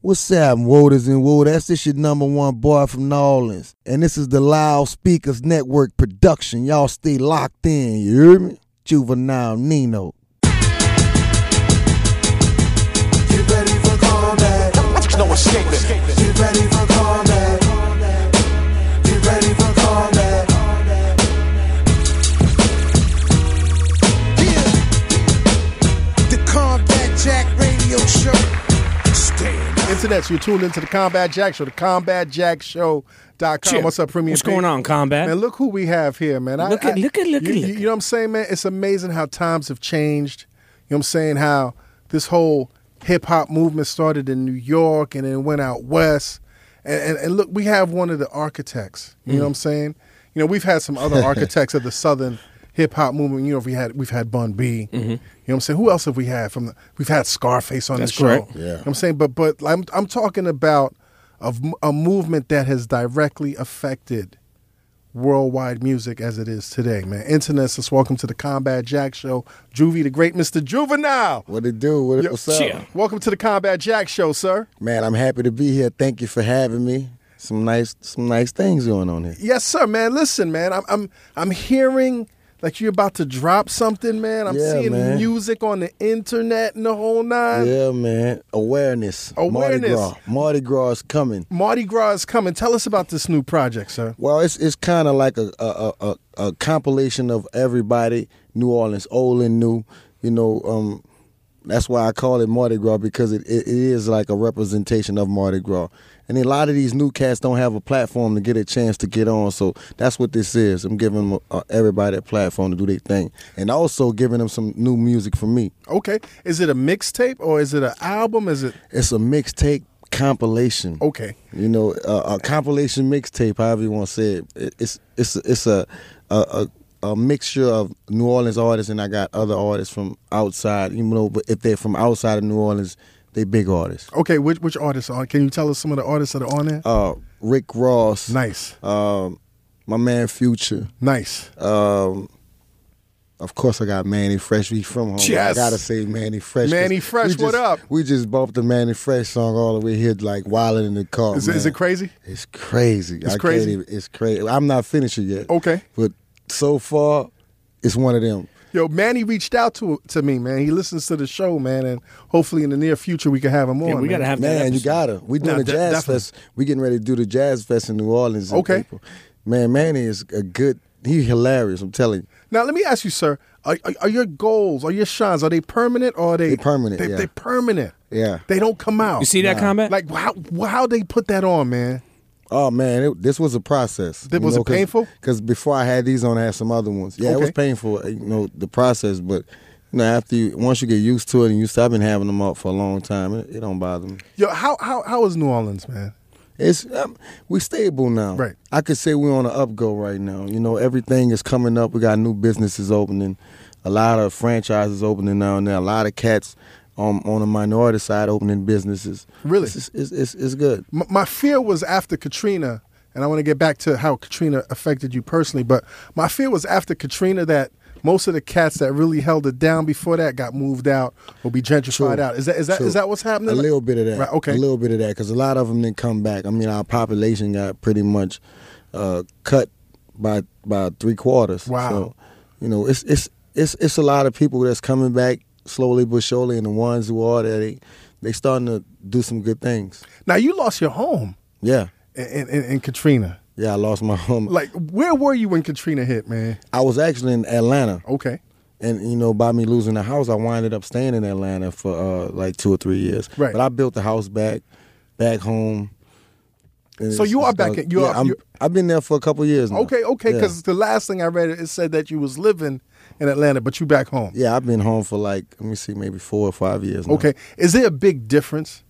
What's happening, Woders and Woders? This your number one boy from New Orleans. And this is the Loudspeakers Network production. Y'all stay locked in, you hear me? Juvenile Nino. Get ready for combat. No escaping. Get ready for combat. Get ready for combat. Yeah. The Combat Jack Radio Show. Internets, you're tuned into the Combat Jack Show, the CombatJackShow.com. Chip, What's up, Premium? what's going on, Combat? Man, look who we have here, man. Look at- look at- look you, at- you- look at. you know what I'm saying, man? It's amazing how times have changed. You know what I'm saying? How this whole hip hop movement started in New York and then went out west. And, and, and look, we have one of the architects. You Hmm. know what I'm saying? You know, we've had some other architects of the southern hip hop movement. You know, if we had we've had Bun B. Mm-hmm. You know what I'm saying? Who else have we had from the? We've had Scarface on That's the show. correct. Yeah. You know what I'm saying, but but I'm I'm talking about a, m- a movement that has directly affected worldwide music as it is today, man. Internet, let's welcome to the Combat Jack Show. Juvie, the great Mr. Juvenile. What it do? What, Yo, what's up? cheer. Welcome to the Combat Jack Show, sir. Man, I'm happy to be here. Thank you for having me. Some nice, some nice things going on here. Yes, sir, man. Listen, man, I'm I'm I'm hearing like you're about to drop something, man. I'm Yeah, seeing man. music on the internet and the whole nine. Yeah, man. Awareness. Mardi Awareness. Gras. Mardi Gras is coming. Mardi Gras is coming. Tell us about this new project, sir. Well, it's it's kind of like a a, a a a compilation of everybody, New Orleans, old and new. You know, um, that's why I call it Mardi Gras because it, it, it is like a representation of Mardi Gras. And a lot of these new cats don't have a platform to get a chance to get on, so that's what this is. I'm giving them, uh, everybody a platform to do their thing, and also giving them some new music from me. Okay. Is it a mixtape or is it an album? Is it It's a mixtape compilation. okay? You know, uh, a compilation mixtape, however you want to say it. It- It's it's it's a a, a a mixture of New Orleans artists, and I got other artists from outside. You know, but if they're from outside of New Orleans, they big artists. Okay, which which artists are? Can you tell us some of the artists that are on there? Uh, Rick Ross, nice, um, my man Future. nice. Um, of course, I got Manny Fresh. We from home. Yes. I gotta say Manny Fresh. 'cause Manny Fresh, we just- what up? We just bumped the Manny Fresh song all the way here, like wilding in the car. is, it- is man. it crazy? It's crazy. I can't crazy? even- it's crazy. I'm not finished it yet. Okay. But so far, it's one of them. Yo, Manny reached out to to me, man. He listens to the show, man, and hopefully in the near future we can have him on. Yeah, we man. gotta have that. Man, you episode. gotta. We doing Nah, a de- jazz definitely. fest. We getting ready to do the jazz fest in New Orleans. in Okay. April. Man, Manny is a good. He hilarious. I'm telling you. Now let me ask you, sir. Are, are, are your goals, are your shines, are they permanent or are they They permanent, They, yeah. they permanent. Yeah. They don't come out. You see that comment? Like how how they put that on, man? Oh man, it, this was a process. Th- was it painful? Because before I had these on, I had some other ones. Yeah, it was Okay. painful. uh, You know the process, but you know after you once you get used to it and you stop been having them out for a long time, it, it don't bother me. Yo, how how how is New Orleans, man? It's um, we stable now. Right. I could say we're on an up go right now. You know, everything is coming up. We got new businesses opening, a lot of franchises opening now and there. A lot of cats um, on the minority side opening businesses. Really? it's it's, it's, it's good. M- my fear was after Katrina, and I want to get back to how Katrina affected you personally, but my fear was after Katrina that most of the cats that really held it down before that got moved out or be gentrified True. out. Is that is that is True. that what's happening? A little bit of that. Right, okay. A little bit of that because a lot of them didn't come back. I mean, our population got pretty much uh, cut by by three quarters. Wow. So, you know, it's it's it's it's a lot of people that's coming back slowly but surely, and the ones who are there, they they starting to do some good things. Now you lost your home Yeah. in, in, in, in Katrina. Yeah, I lost my home. Like, where were you when Katrina hit, man? I was actually in Atlanta, Okay, and you know, by me losing the house, I winded up staying in Atlanta for uh, like two or three years. Right. But I built the house back, back home. And So it's- you are it's back done. in- you yeah, are- I'm- you- I've been there for a couple years now. okay, okay. Yeah. Because the last thing I read, it said that you was living in Atlanta, but you back home. yeah, I've been home for like let me see, maybe four or five years. now. Okay, is there a big difference?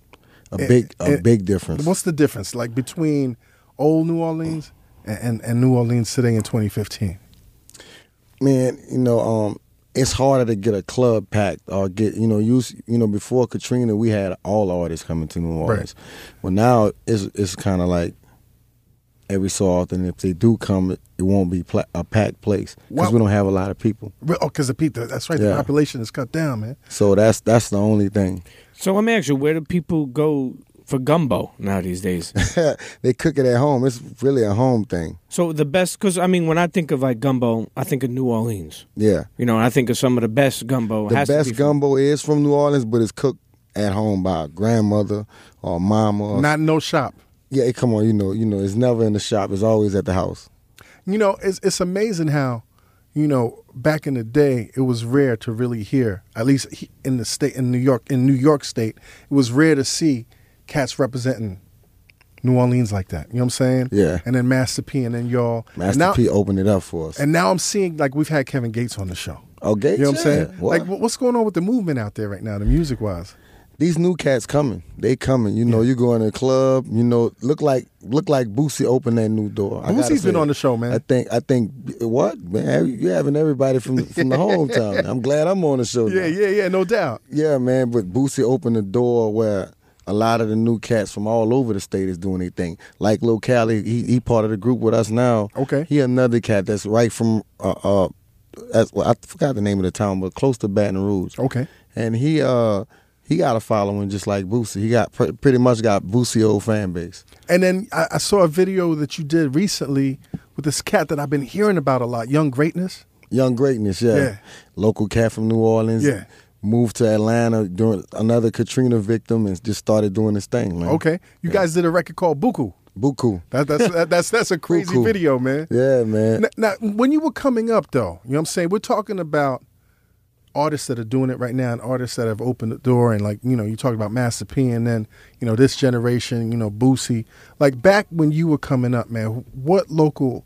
a big, a eh, big difference. What's the difference like between old New Orleans and, and, and New Orleans today in 2015? man, you know, um, it's harder to get a club packed or get, you know, use, you know, before Katrina, we had all artists coming to New Orleans. Well, now it's it's kind of like every so often, if they do come, it, it won't be pla- a packed place because Well- we don't have a lot of people. Re- Oh, because the people, that's right, the Yeah. population is cut down, man. So that's that's the only thing. So let me ask you, where do people go for gumbo now these days. they cook it at home. It's really a home thing. so the best, because I mean, when I think of like gumbo, I think of New Orleans. Yeah. You know, and I think of some of the best gumbo. It The has to best be from- gumbo is from New Orleans, but it's cooked at home by a grandmother or mama. Or, Not in no shop. yeah, come on, you know, you know, it's never in the shop. It's always at the house. You know, it's it's amazing how, you know, back in the day, it was rare to really hear, at least he- in the state, in New York, in New York State, it was rare to see cats representing New Orleans like that. You know what I'm saying? Yeah. And then Master P, and then y'all. Master and now, P opened it up for us. And now I'm seeing like we've had Kevin Gates on the show. okay, You know what I'm saying? What? Like, wh- what's going on with the movement out there right now, the music wise? these new cats coming. They coming. You know, you go in a club. You know, look like look like Boosie opened that new door. I gotta Boosie's been say, on the show, man. I think I think what man? You having everybody from from the hometown. I'm glad I'm on the show. now. Yeah, yeah, yeah, no doubt. Yeah, man, but Boosie opened the door where a lot of the new cats from all over the state is doing their thing. Like Lil Cali, he he part of the group with us now. Okay. He another cat that's right from uh uh that's well, I forgot the name of the town, but close to Baton Rouge. Okay. And he uh he got a following just like Boosie. He got pr- pretty much got Boosie old fan base. And then I, I saw a video that you did recently with this cat that I've been hearing about a lot, Young Greatness. Young greatness, yeah. Yeah. Local cat from New Orleans. Yeah. Moved to Atlanta during another Katrina victim and just started doing his thing, man. Okay, you guys did a record called Buku. Buku. That, that's that, that's that's a crazy Buku. video, man. Yeah, man. Now, now, when you were coming up, though, you know what I'm saying? We're talking about artists that are doing it right now and artists that have opened the door. And, like, you know, you talk about Master P and then, you know, this generation, you know, Boosie. Like, back when you were coming up, man, what local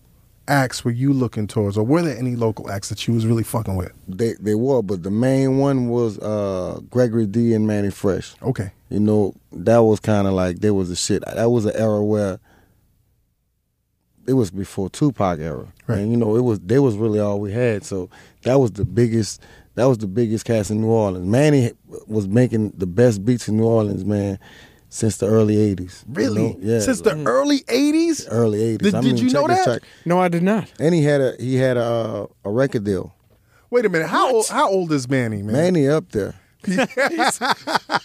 acts were you looking towards? Or were there any local acts that you was really fucking with? They they were, but the main one was uh, Gregory D and Manny Fresh. Okay. You know, that was kind of like there was a shit. That was an era where it was before Tupac era, Right. and you know it was they was really all we had. So that was the biggest. That was the biggest cast in New Orleans. Manny was making the best beats in New Orleans, man, since the early '80s. You Really? know? Yeah. Mm. Er Since the early 80s? early '80s. Did- I did mean, you check know this that? track. No, I did not. And he had a he had a uh, a record deal. Wait a minute. How old, how old is Manny, man? Manny up there.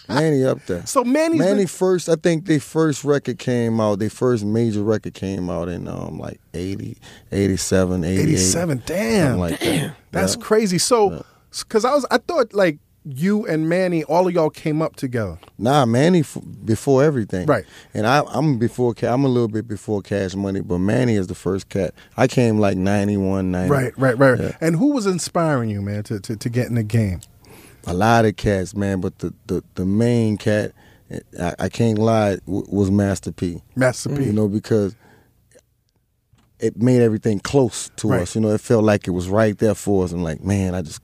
Manny up there. So Manny's Manny been- first, I think their first record came out, their first major record came out in um like 80, 87, 88. 87. Damn. something like that. That's crazy. So, because I was, I thought like you and Manny, all of y'all came up together. Nah, Manny f- before everything. Right. And I, I'm before Ca- I'm a little bit before Cash Money, but Manny is the first cat. I came like 91, 90. Right, right, right. Yeah. And who was inspiring you, man, to, to, to get in the game? a lot of cats, man, but the the, the main cat, eh, I, I can't lie, w- was Master P. Master P. You know, because it made everything close to Right. us. You know, it felt like it was right there for us. I'm like, man, I just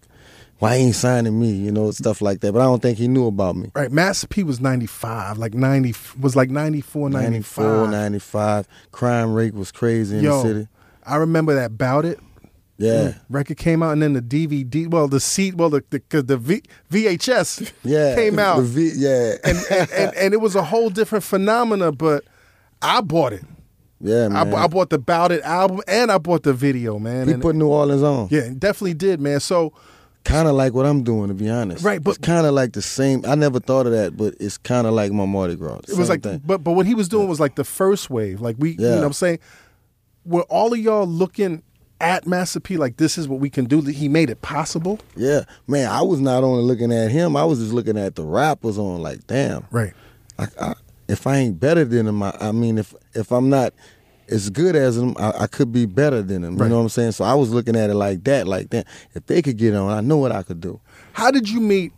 why he ain't signing me? You know, stuff like that. But I don't think he knew about me. Right, Master P was 95, like 90, was like 94, 95. 94, 95. Crime rate was crazy in Yo, the city. I remember that Bout It Yeah. record came out and then the DVD, well, the seat, well, the, the, 'cause the v, VHS Yeah. came out. The v, yeah. and, and, and, and it was a whole different phenomena, but I bought it. yeah, I, man. bu- I bought the Bout It album and I bought the video, man. he And- put New Orleans on. Yeah, it definitely did, man. So, Kind of like what I'm doing, to be honest. Right, but- it's kind of like the same. I never thought of that, but it's kind of like my Mardi Gras. it was like, but but what he was doing was like the first wave. Like we, you know, Yeah. what I'm saying, were all of y'all looking at Master P like this is what we can do? That He made it possible, Yeah, man, I was not only looking at him, I was just looking at the rappers on like, damn, right? I, I, if I ain't better than him, I, I mean, if if I'm not as good as him, I, I could be better than him. Right. You know what I'm saying? So I was looking at it like that, like that. If they could get on, I know what I could do. How did you meet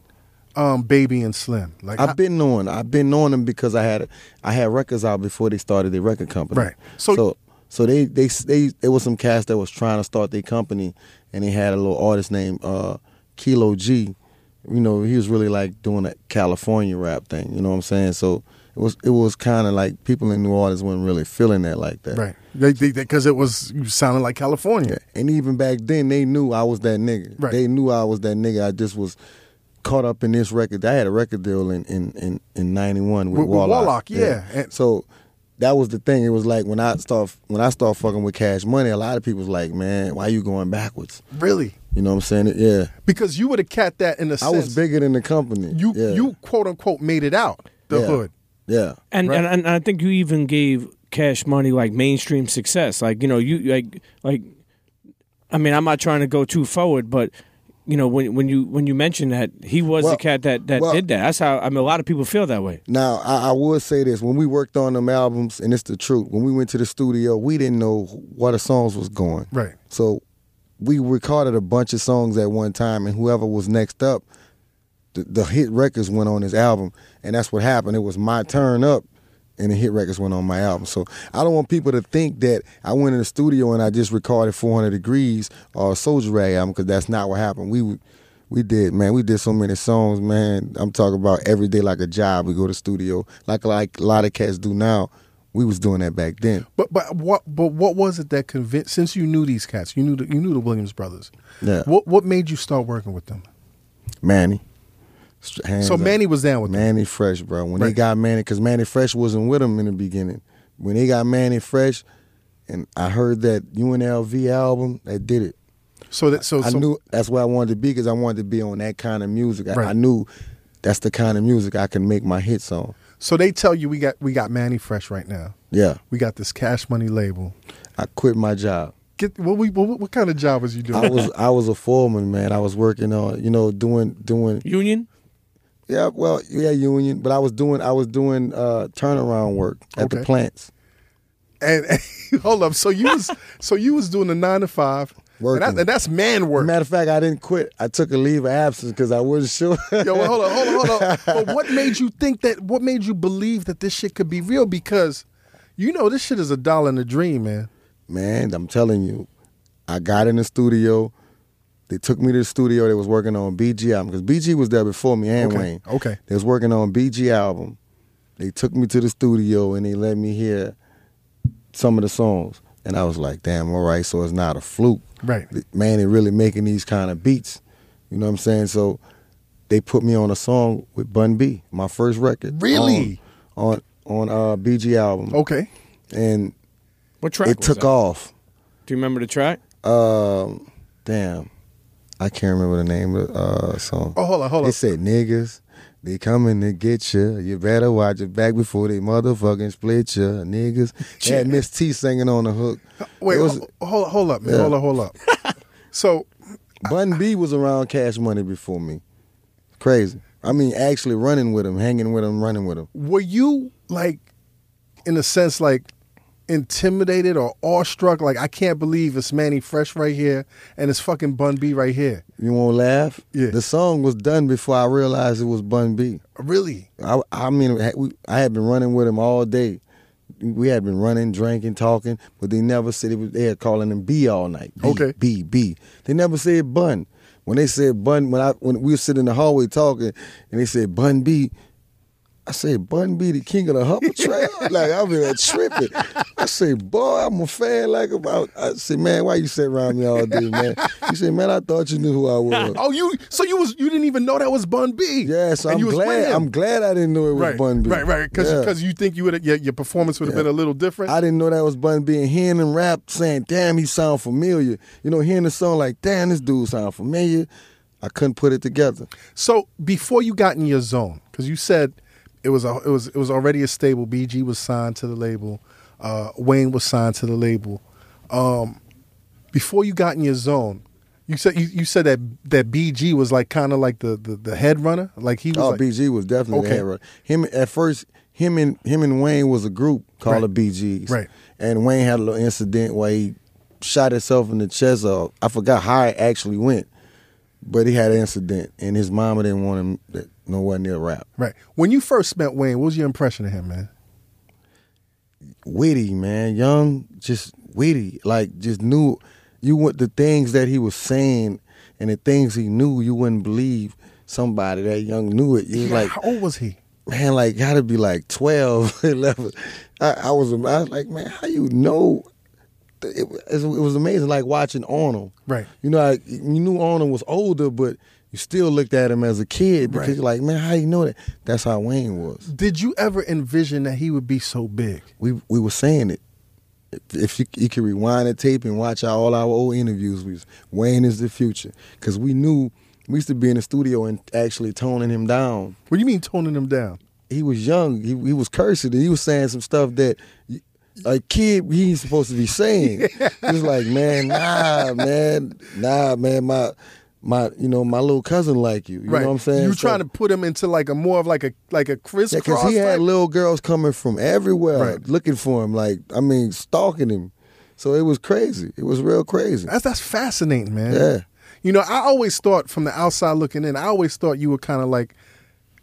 um, Baby and Slim? Like, how- I've been on, I've been on them because I had I had records out before they started their record company. Right. So- so so they they they there was some cast that was trying to start their company, and they had a little artist named uh, Kilo G. You know, he was really like doing a California rap thing. You know what I'm saying? So it was it was kind of like people in New Orleans weren't really feeling that like that. right? Because it was you sounded like California. And even back then, they knew I was that nigga. Right. They knew I was that nigga. I just was caught up in this record. I had a record deal in in in, in '91 with, With- with Warlock. Warlock, yeah. And- so that was the thing. It was like when I start when I start fucking with Cash Money, a lot of people was like, "Man, why you going backwards?" Really? You know what I'm saying? Yeah. Because you were the cat that in a I was sense bigger than the company. you Yeah. you quote unquote made it out the Yeah. hood. Yeah. And, Right. and and I think you even gave Cash Money like mainstream success. Like you know you like like, I mean I'm not trying to go too forward, but you know when when you when you mentioned that he was Well, the cat that that well- did that. That's how I mean a lot of people feel that way. Now I, I would say this: when we worked on them albums, and it's the truth, when we went to the studio, we didn't know where the songs was going. Right. So we recorded a bunch of songs at one time, and whoever was next up, the, the hit records went on his album, and that's what happened. It was my turn up, and the hit records went on my album. So I don't want people to think that I went in the studio and I just recorded 400 Degrees or Soldier Rag album because that's not what happened. We would- we did, man. We did so many songs, man. I'm talking about every day like a job. We go to studio like like a lot of cats do now. We was doing that back then. But but what but what was it that convinced? Since you knew these cats, you knew the, you knew the Williams brothers. Yeah. What what made you start working with them? Manny. Str- hands So up. Manny was down with them. Manny Fresh, bro. When they Right. got Manny, because Manny Fresh wasn't with them in the beginning. When they got Manny Fresh, and I heard that UNLV album, that did it. So that so, I so knew that's where I wanted to be because I wanted to be on that kind of music. I, Right. I knew that's the kind of music I can make my hits on. so they tell you we got we got Manny Fresh right now. Yeah, We got this Cash Money label. I quit my job. Get what we what, what kind of job was you I doing? was I was a foreman, man. I was working on you know doing doing Union. yeah well yeah union, but I was doing I was doing uh, turnaround work at the Okay. plants. and, and- hold up, so you was so you was doing a nine to five. And, Working. that- and that's man work. Matter of fact, I didn't quit. I took a leave of absence because I wasn't sure. Yo, well, hold on, hold on, hold on. But what made you think that? What made you believe that this shit could be real? Because you know this shit is a doll and a dream, man. man, I'm telling you, I got in the studio. They took me to the studio. They was working on BG album because BG was there before me and Okay, Wayne. okay. they was working on BG album. They took me to the studio and they let me hear some of the songs, and I was like, damn, all right. So it's not a fluke, Right. Man, they really making these kind of beats. You know what I'm saying? So they put me on a song with Bun B, my first record. Really? Oh. On on, on uh, BG album. Okay. And What track? it was took that? off. Do you remember the track? Um, damn, I can't remember the name of the uh, song. Oh, hold on, hold on. It said niggas, they coming to get you. You better watch your back before they motherfucking split you, niggas. Yeah. Had Miss T singing on the hook. Wait, oh, it was, ho- hold, hold up, man. Yeah. Hold up, hold up. so, oh, Bun B was around Cash Money before me. Crazy. I mean, actually running with him, hanging with him, running with him. were you like, in a sense, like intimidated or awestruck? Like, I can't believe it's Manny Fresh right here and it's fucking Bun B right here. You won't laugh. Yeah. The song was done before I realized it was Bun B. Really? I, I mean, ha- we- I had been running with him all day. We had been running, drinking, talking, but they never said it was. They had calling him B all night. B, Okay. B, B. They never said Bun. When they said Bun, when I when we were sitting in the hallway talking, and they said Bun B, I said Bun B, the king of the Hubble Trail. like I been tripping. I said, boy, I'm a fan. Like about. I said, man, why you sit around me all day, man? He said, man, I thought you knew who I was. Oh, you? So you was you didn't even know that was Bun B? Yeah, so And I'm you was with glad. him. I'm glad I didn't know it was right, Bun B. Right, right. Because Yeah. you think you would your, your performance would have been a little different. I didn't know that was Bun B. And hearing him rap, saying, damn, he sound familiar. You know, hearing the song like, damn, this dude sound familiar. I couldn't put it together. so before you got in your zone, because you said it was a, it was it was already a stable. BG was signed to the label. Uh, Wayne was signed to the label. Um, before you got in your zone, you said you, you said that that BG was like kind of like the, the the head runner. Like he was Oh, like, BG was definitely Okay. okay. Him at first, him and him and Wayne was a group called Right. the BGs. Right. And Wayne had a little incident where he shot himself in the chest. Or I forgot how it actually went, but he had an incident, and his mama didn't want him that- nowhere near rap. right. When you first met Wayne, what was your impression of him, man? witty, man. Young, just witty. Like just knew you want the things that he was saying and the things he knew. You wouldn't believe somebody that young knew it. You was like, how old was he? man, like gotta be like 12, 11. I, I was, I was like, man, how you know? It, was- it was amazing, like watching Arnold. Right. You know, I, you knew Arnold was older, but you still looked at him as a kid because Right. you're like, man, how you know that? That's how Wayne was Did you ever envision that he would be so big? we we were saying it. If, if you, you can rewind the tape and watch our, all our old interviews, we was, Wayne is the future because we knew we used to be in the studio and actually toning him down. What do you mean toning him down? he was young. He, he was cursing. And he was saying some stuff that a kid he ain't supposed to be saying. He was like, man, nah, man, nah, man, my my you know my little cousin like you. You right. know what I'm saying? You're So- trying to put him into like a more of like a like a yeah, crisscross. because he had type- little girls coming from everywhere Right. looking for him. Like I mean, stalking him. So it was crazy. It was real crazy. That's that's fascinating, man. Yeah. You know, I always thought from the outside looking in, I always thought you were kind of like,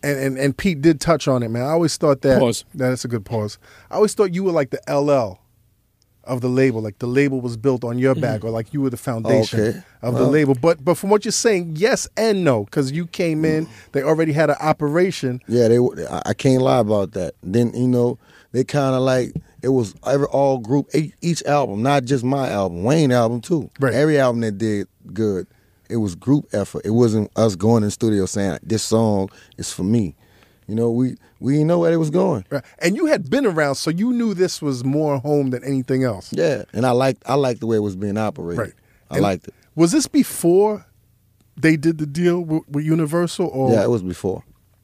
and, and and Pete did touch on it, man. I always thought that. Pause. No, that's a good pause. I always thought you were like the LL of the label, like the label was built on your back, or like you were the foundation Mm-hmm. Okay. of the label. But but from what you're saying, yes and no, because you came Mm. in, they already had an operation. Yeah, they. I, I can't lie about that. Then you know they kind of like it was every all group e- each album, not just my album, Wayne album too. Right. Every album that did good, it was group effort. It wasn't us going in the studio saying this song is for me. You know, we we didn't know where it was going. Right. And you had been around, so you knew this was more home than anything else. Yeah, and I liked I liked the way it was being operated. Right. I And liked it. Was this before they did the deal with, with Universal, Yeah, it or was before.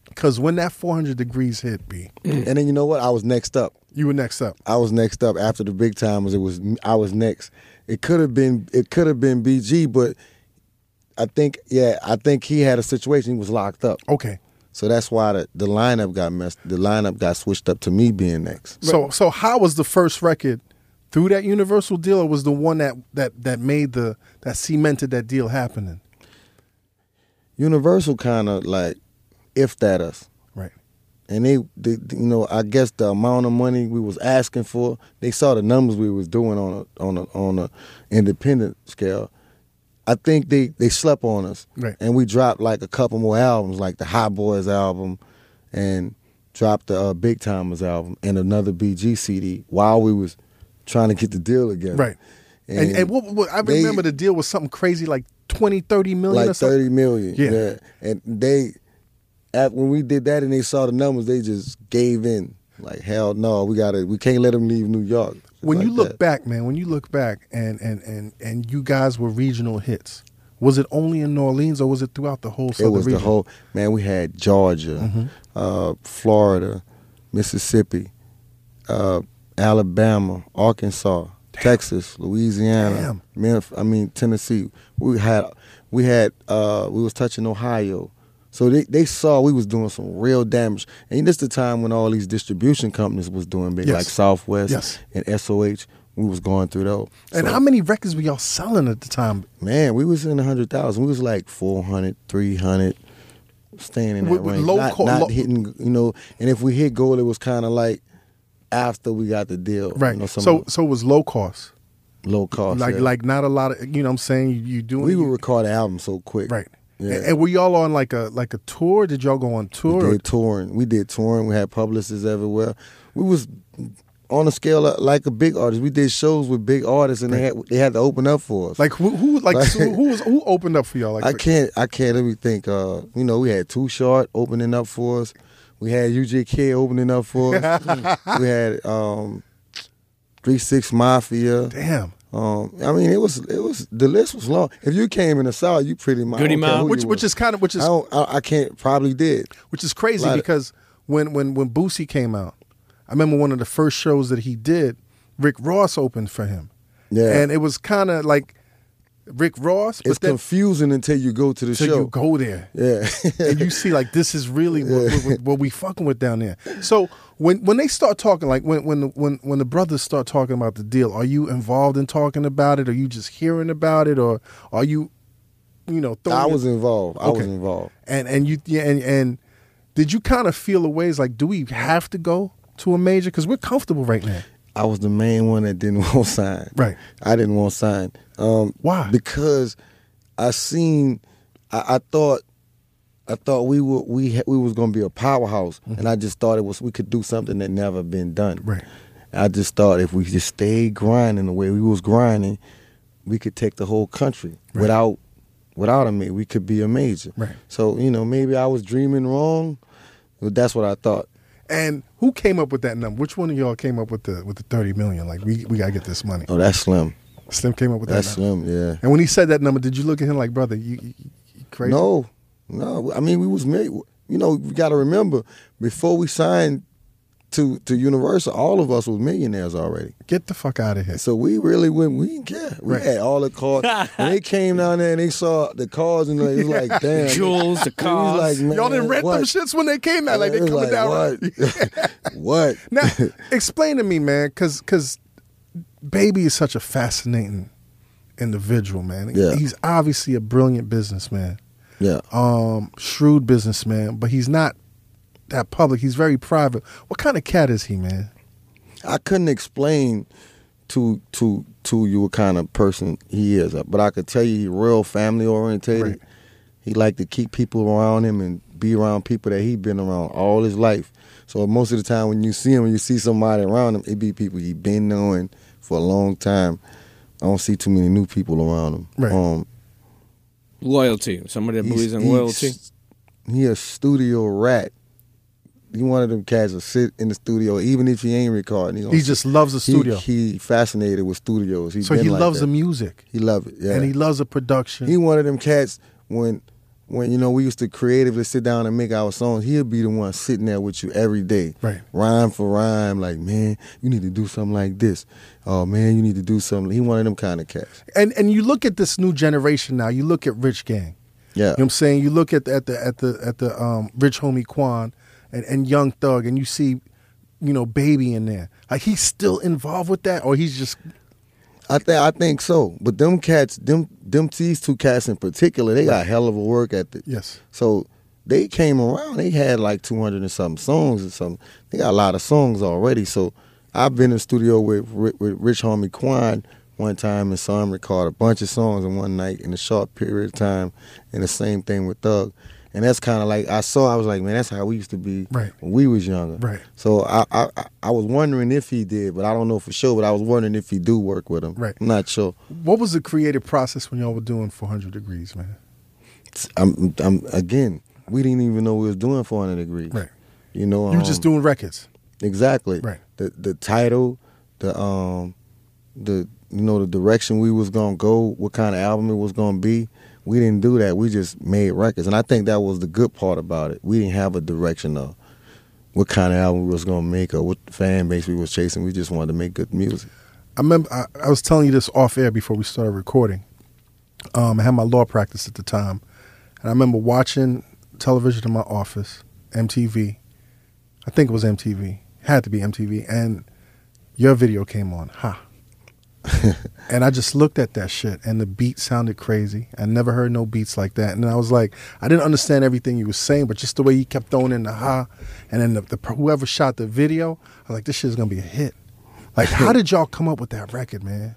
because when that 400 degrees hit, B, and then you know what? I was next up. you were next up. I was next up after the big timers. It was I was next. It could have been it could have been BG, but I think yeah, I think he had a situation. He was locked up, Okay. so that's why the, the lineup got messed. The lineup got switched up to me being next. So so how was the first record through that Universal deal, or was the one that that that made the that cemented that deal happening? Universal kind of like if that us, Right. and they, they you know I guess the amount of money we was asking for, they saw the numbers we was doing on a on a on a independent scale. I think they they slept on us, Right. and we dropped like a couple more albums, like the Hot Boys album, and dropped the uh, Big Timers album and another BG CD while we was trying to get the deal together, Right. And and, what, what I they- remember the deal was something crazy like 20, 30 million or like something. thirty million. Yeah. and they at, when we did that and they saw the numbers, they just gave in. Like hell no, we got to we can't let them leave New York. when Like you look that. back, man, when you look back and and and and you guys were regional hits. Was it only in New Orleans or was it throughout the whole it southern was the region? Mm-hmm. whole man. We had Georgia, uh, Florida, Mississippi, uh, Alabama, Arkansas, Texas, Louisiana, Damn. Memphis. I mean Tennessee. We had we had uh, we was touching Ohio. So they, they saw we was doing some real damage, and this the time when all these distribution companies was doing big, Yes. like Southwest Yes. and SOH. We was going through those. And So- how many records were y'all selling at the time? Man, we was in the hundred thousand. We was like 400, 300, staying in that With- with range. low not, co- not low- hitting, you know. And if we hit goal, it was kind of like after we got the deal, Right. You know, some so so it was low cost. low cost, like yeah. like not a lot of you know what I'm saying you, you doing we you- would record the album so quick, right. Yeah, And, and were y'all on like a like a tour? Did y'all go on tour? we did touring. We did touring. We had publicists everywhere. We was on a scale of, like a big artist. We did shows with big artists, and they had they had to open up for us. Like who who like, Like- so who was who opened up for y'all? Like I can't. I can't. Let me think. Uh, you know, we had Too Short opening up for us. We had UJK opening up for us. we had um, Three Six Mafia. damn. Um, I mean, it was it was the list was long. If you came in the south, you pretty much I Goody don't care Mob. who Which you which was. is kind of which I is don't. I, I can't. Probably did. which is crazy Lot of- because when when when Boosie came out, I remember one of the first shows that he did. Rick Ross opened for him, Yeah. and it was kind of like Rick Ross, but It's then confusing until you go to the till show. you go there, yeah. and you see like this is really what, what, what we fucking with down there. So when when they start talking, like when when the- when when the brothers start talking about the deal, are you involved in talking about it? Are you just hearing about it, or are you, you know? Throwing I your- was involved. I was Okay. involved. and and you yeah, and and did you kind of feel a ways like do we have to go to a major because we're comfortable right now? I was the main one that didn't want sign. Right. I didn't want sign. Um, Why? Because I seen, I, I thought, I thought we were we ha- we was gonna be a powerhouse, and I just thought it was we could do something that never been done. Mm-hmm. Right. I just thought if we just stayed grinding the way we was grinding, we could take the whole country without without a major. We could be a major. Right. So you know maybe I was dreaming wrong, but that's what I thought. And who came up with that number? Which one of y'all came up with the with the thirty million? Like we we gotta get this money. Oh, that's slim. Slim came up with That's that. Number. slim. Yeah. And when he said that number, did you look at him like brother? You, you, you crazy? No, no. I mean, we was made. you know, you got to remember before we signed to to Universal, all of us was millionaires already. Get the fuck out of here. So we really went. We didn't care. We Right. had all the cars. and they came down there and they saw the cars and they was like, damn. Jewels, the We was cars. like, Y'all didn't "Man, rent what?" them shits when they came out. Like they It was coming down. What? what? Now, explain to me, man, because because baby is such a fascinating individual, man. Yeah. He's obviously a brilliant businessman, Yeah. um, shrewd businessman, but he's not that public. He's very private. What kind of cat is he, man? I couldn't explain to to to you what kind of person he is, uh, but I could tell you he's real family orientated. Right. He like to keep people around him and be around people that he been around all his life. So most of the time when you see him, you see somebody around him, it be people he been knowing for a long time. I don't see too many new people around him. Right. Um, Loyalty. Somebody that believes in he's- loyalty. He a studio rat. He one of them cats that sit in the studio, even if he ain't recording. gonna He sit- just loves the he- studio. He, fascinated with studios. He so he loves that. the music He love it. Yeah. and he loves the production. he one of them cats when when you know we used to creatively sit down and make our songs. He'll be the one sitting there with you every day, Right. Rhyme for rhyme, like man, you need to do something like this. Oh man, you need to do something. He one of them kind of cats. and and you look at this new generation now. You look at Rich Gang. Yeah. You know what I'm saying? You look at the at the at the at the um, rich homie Quan and, and Young Thug, and you see, you know, Baby in there. Like he's still involved with that, or he's just I think I think so. But them cats, them them these two cats in particular, they got hell of a work ethic. yes, So they came around. They had like two hundred and something songs or something. They got a lot of songs already. So I've been in the studio with Ri- with Rich Homie Quan one time and saw him record a bunch of songs in one night in a short period of time. And the same thing with Thug. And that's kind of like I saw. I was like, man, that's how we used to be Right. when we was younger. Right. So I, I I- I was wondering if he did, but I don't know for sure. But I was wondering if he do work with him. Right. I'm not sure. What was the creative process when y'all were doing 400 degrees, man? I'm, I'm again. We didn't even know we was doing 400 degrees. Right. You know, You were just um, doing records, exactly Right. The the title, the um, the you know the direction we was gonna go, what kind of album it was gonna be. We didn't do that. We just made records, and I think that was the good part about it. We didn't have a direction of what kind of album we was gonna make or what fan base we was chasing. We just wanted to make good music. I remember I, I was telling you this off air before we started recording. Um, I had my law practice at the time, and I remember watching television in my office, MTV. I think it was MTV, had to be MTV, and your video came on. Ha. and I just looked at that shit, and the beat sounded crazy. I never heard no beats like that, and I was like, I didn't understand everything you were saying, but just the way you kept throwing in the ha, and then the, the whoever shot the video, I was like, this shit's gonna be a hit. Like, how did y'all come up with that record, man?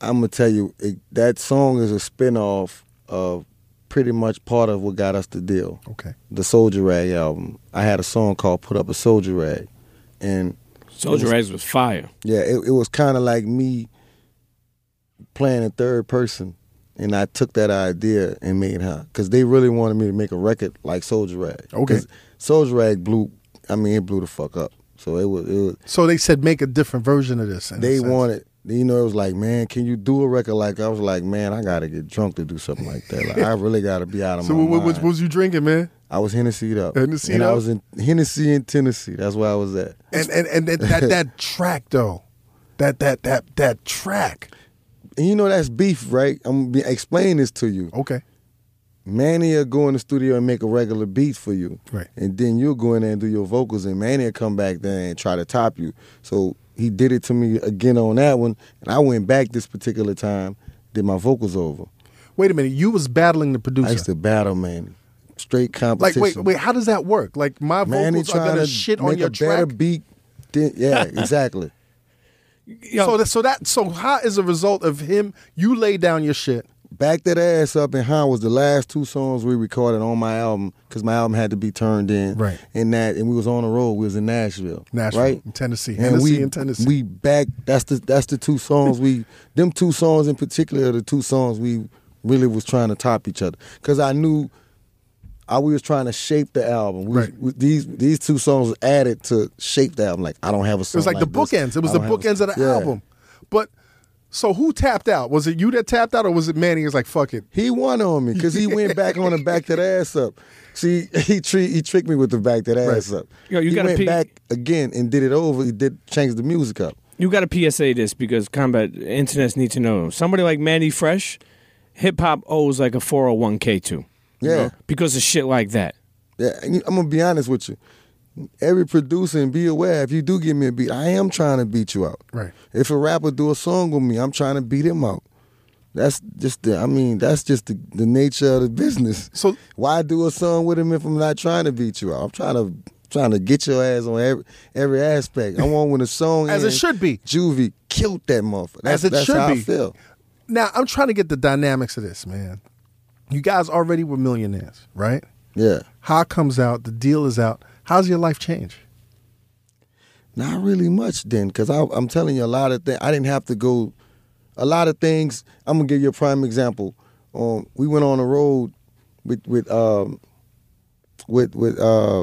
I'm gonna tell you it, that song is a spinoff of pretty much part of what got us the deal. Okay, the Soldier Rag album. I had a song called "Put Up a Soldier Rag," and Soldier Rag's was fire. yeah, it, it was kind of like me playing in third person, and I took that idea and made her because they really wanted me to make a record like Soldier Rag. Okay. Soldier Rag blew. I mean, it blew the fuck up. So it was. It was so they said make a different version of this. in a they sense. wanted. You know, it was like, man, can you do a record like? I was like, man, I gotta get drunk to do something like that. Like, I really gotta be out of So my what, mind. what, what was you drinking, man? I was Hennessy up, Hennessey'd and I up? was in Hennessy in Tennessee. That's where I was at. And and and that that, that track though, that that that that track. And you know that's beef, right? I'm gonna be- explain this to you. Okay, Manny'll go in the studio and make a regular beat for you, Right. And then you'll go in there and do your vocals, and Manny'll come back there and try to top you. So he did it to me again on that one, and I went back this particular time, did my vocals over. wait a minute. You was battling the I used producer. to battle Manny, straight Like, competition. wait, wait. How does that work? Like, my Manny vocals are trying gonna to shit make on your a better track. beat. Than, yeah, exactly. Yo, So that so that so how is a result of him? You lay down your shit. Back that ass up and how was the last two songs we recorded on my album because my album had to be turned in. Right. And that and we was on the road. We was in Nashville. Nashville, Right. in Tennessee. And Hennessy we, in Tennessee. We back. That's the that's the two songs we. them two songs in particular are the two songs we really was trying to top each other because I knew. I we was trying to shape the album. We was- Right. we- these these two songs was added to shape the album. Like I don't have a It song. was like, the this. bookends. It I was the don't have a- bookends of the Yeah. album. But So who tapped out? Was it you that tapped out, or was it Manny? Is like fuck it. He won on me because he went back on and back that ass up. See, he tre- he tricked me with the back that ass up. Yo, you he gotta went pee- back again and did it over. He did change the music up. You got to PSA this because combat internets need to know. Somebody like Manny Fresh, hip hop owes like a 401k to. you Yeah. know, because of shit like that. Yeah, and you- I'm gonna be honest with you. Every producer and be aware if you do give me a beat, I am trying to beat you out. Right. If a rapper do a song with me, I'm trying to beat him out. That's just the. I mean, that's just the, the nature of the business. So- why do a song with him if I'm not trying to beat you out? I'm trying to trying to get your ass on every every aspect. I want when a song As it ends, should be. Juvie killed that motherfucker. That's, As it that's should how be. I feel. Now I'm trying to get the dynamics of this, man. You guys already were millionaires, right? Yeah. How comes out? The deal is out. How's your life change? Not really much then, because I'm telling you a lot of things. I didn't have to go. A lot of things. I'm gonna give you a prime example. Um, we went on the road with with um, with with uh,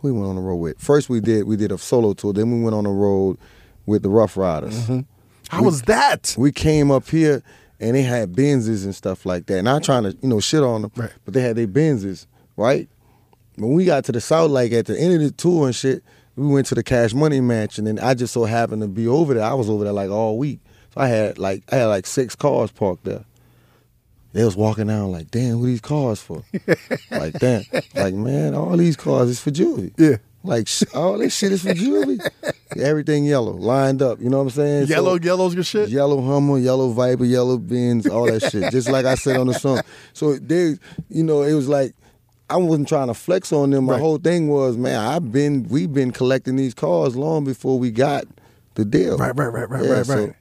who we went on the road with. First we did we did a solo tour. Then we went on the road with the Rough Riders. How was that? We came up here and they had Benzes and stuff like that. Not trying to, you know, shit on them, Right. but they had their Benzes, right? When we got to the South, like at the end of the tour and shit, we went to the Cash Money Mansion and I just so happened to be over there. I was over there like all week. So I had like I had like six cars parked there. They was walking down like, damn, who these cars for? like, damn. Like, man, all these cars is for jewelry. Yeah. Like, sh- all this shit is for jewelry. Everything yellow, lined up. You know what I'm saying? So- Yellow, yellow's your shit. Yellow Hummer, yellow Viper, yellow Benz, all that shit. Just like I said on the song. So they, you know, it was like I wasn't trying to flex on them. My Right. whole thing was, man, I've been we've been collecting these cars long before we got the deal. Right, right, right, right, Yeah, right, so right.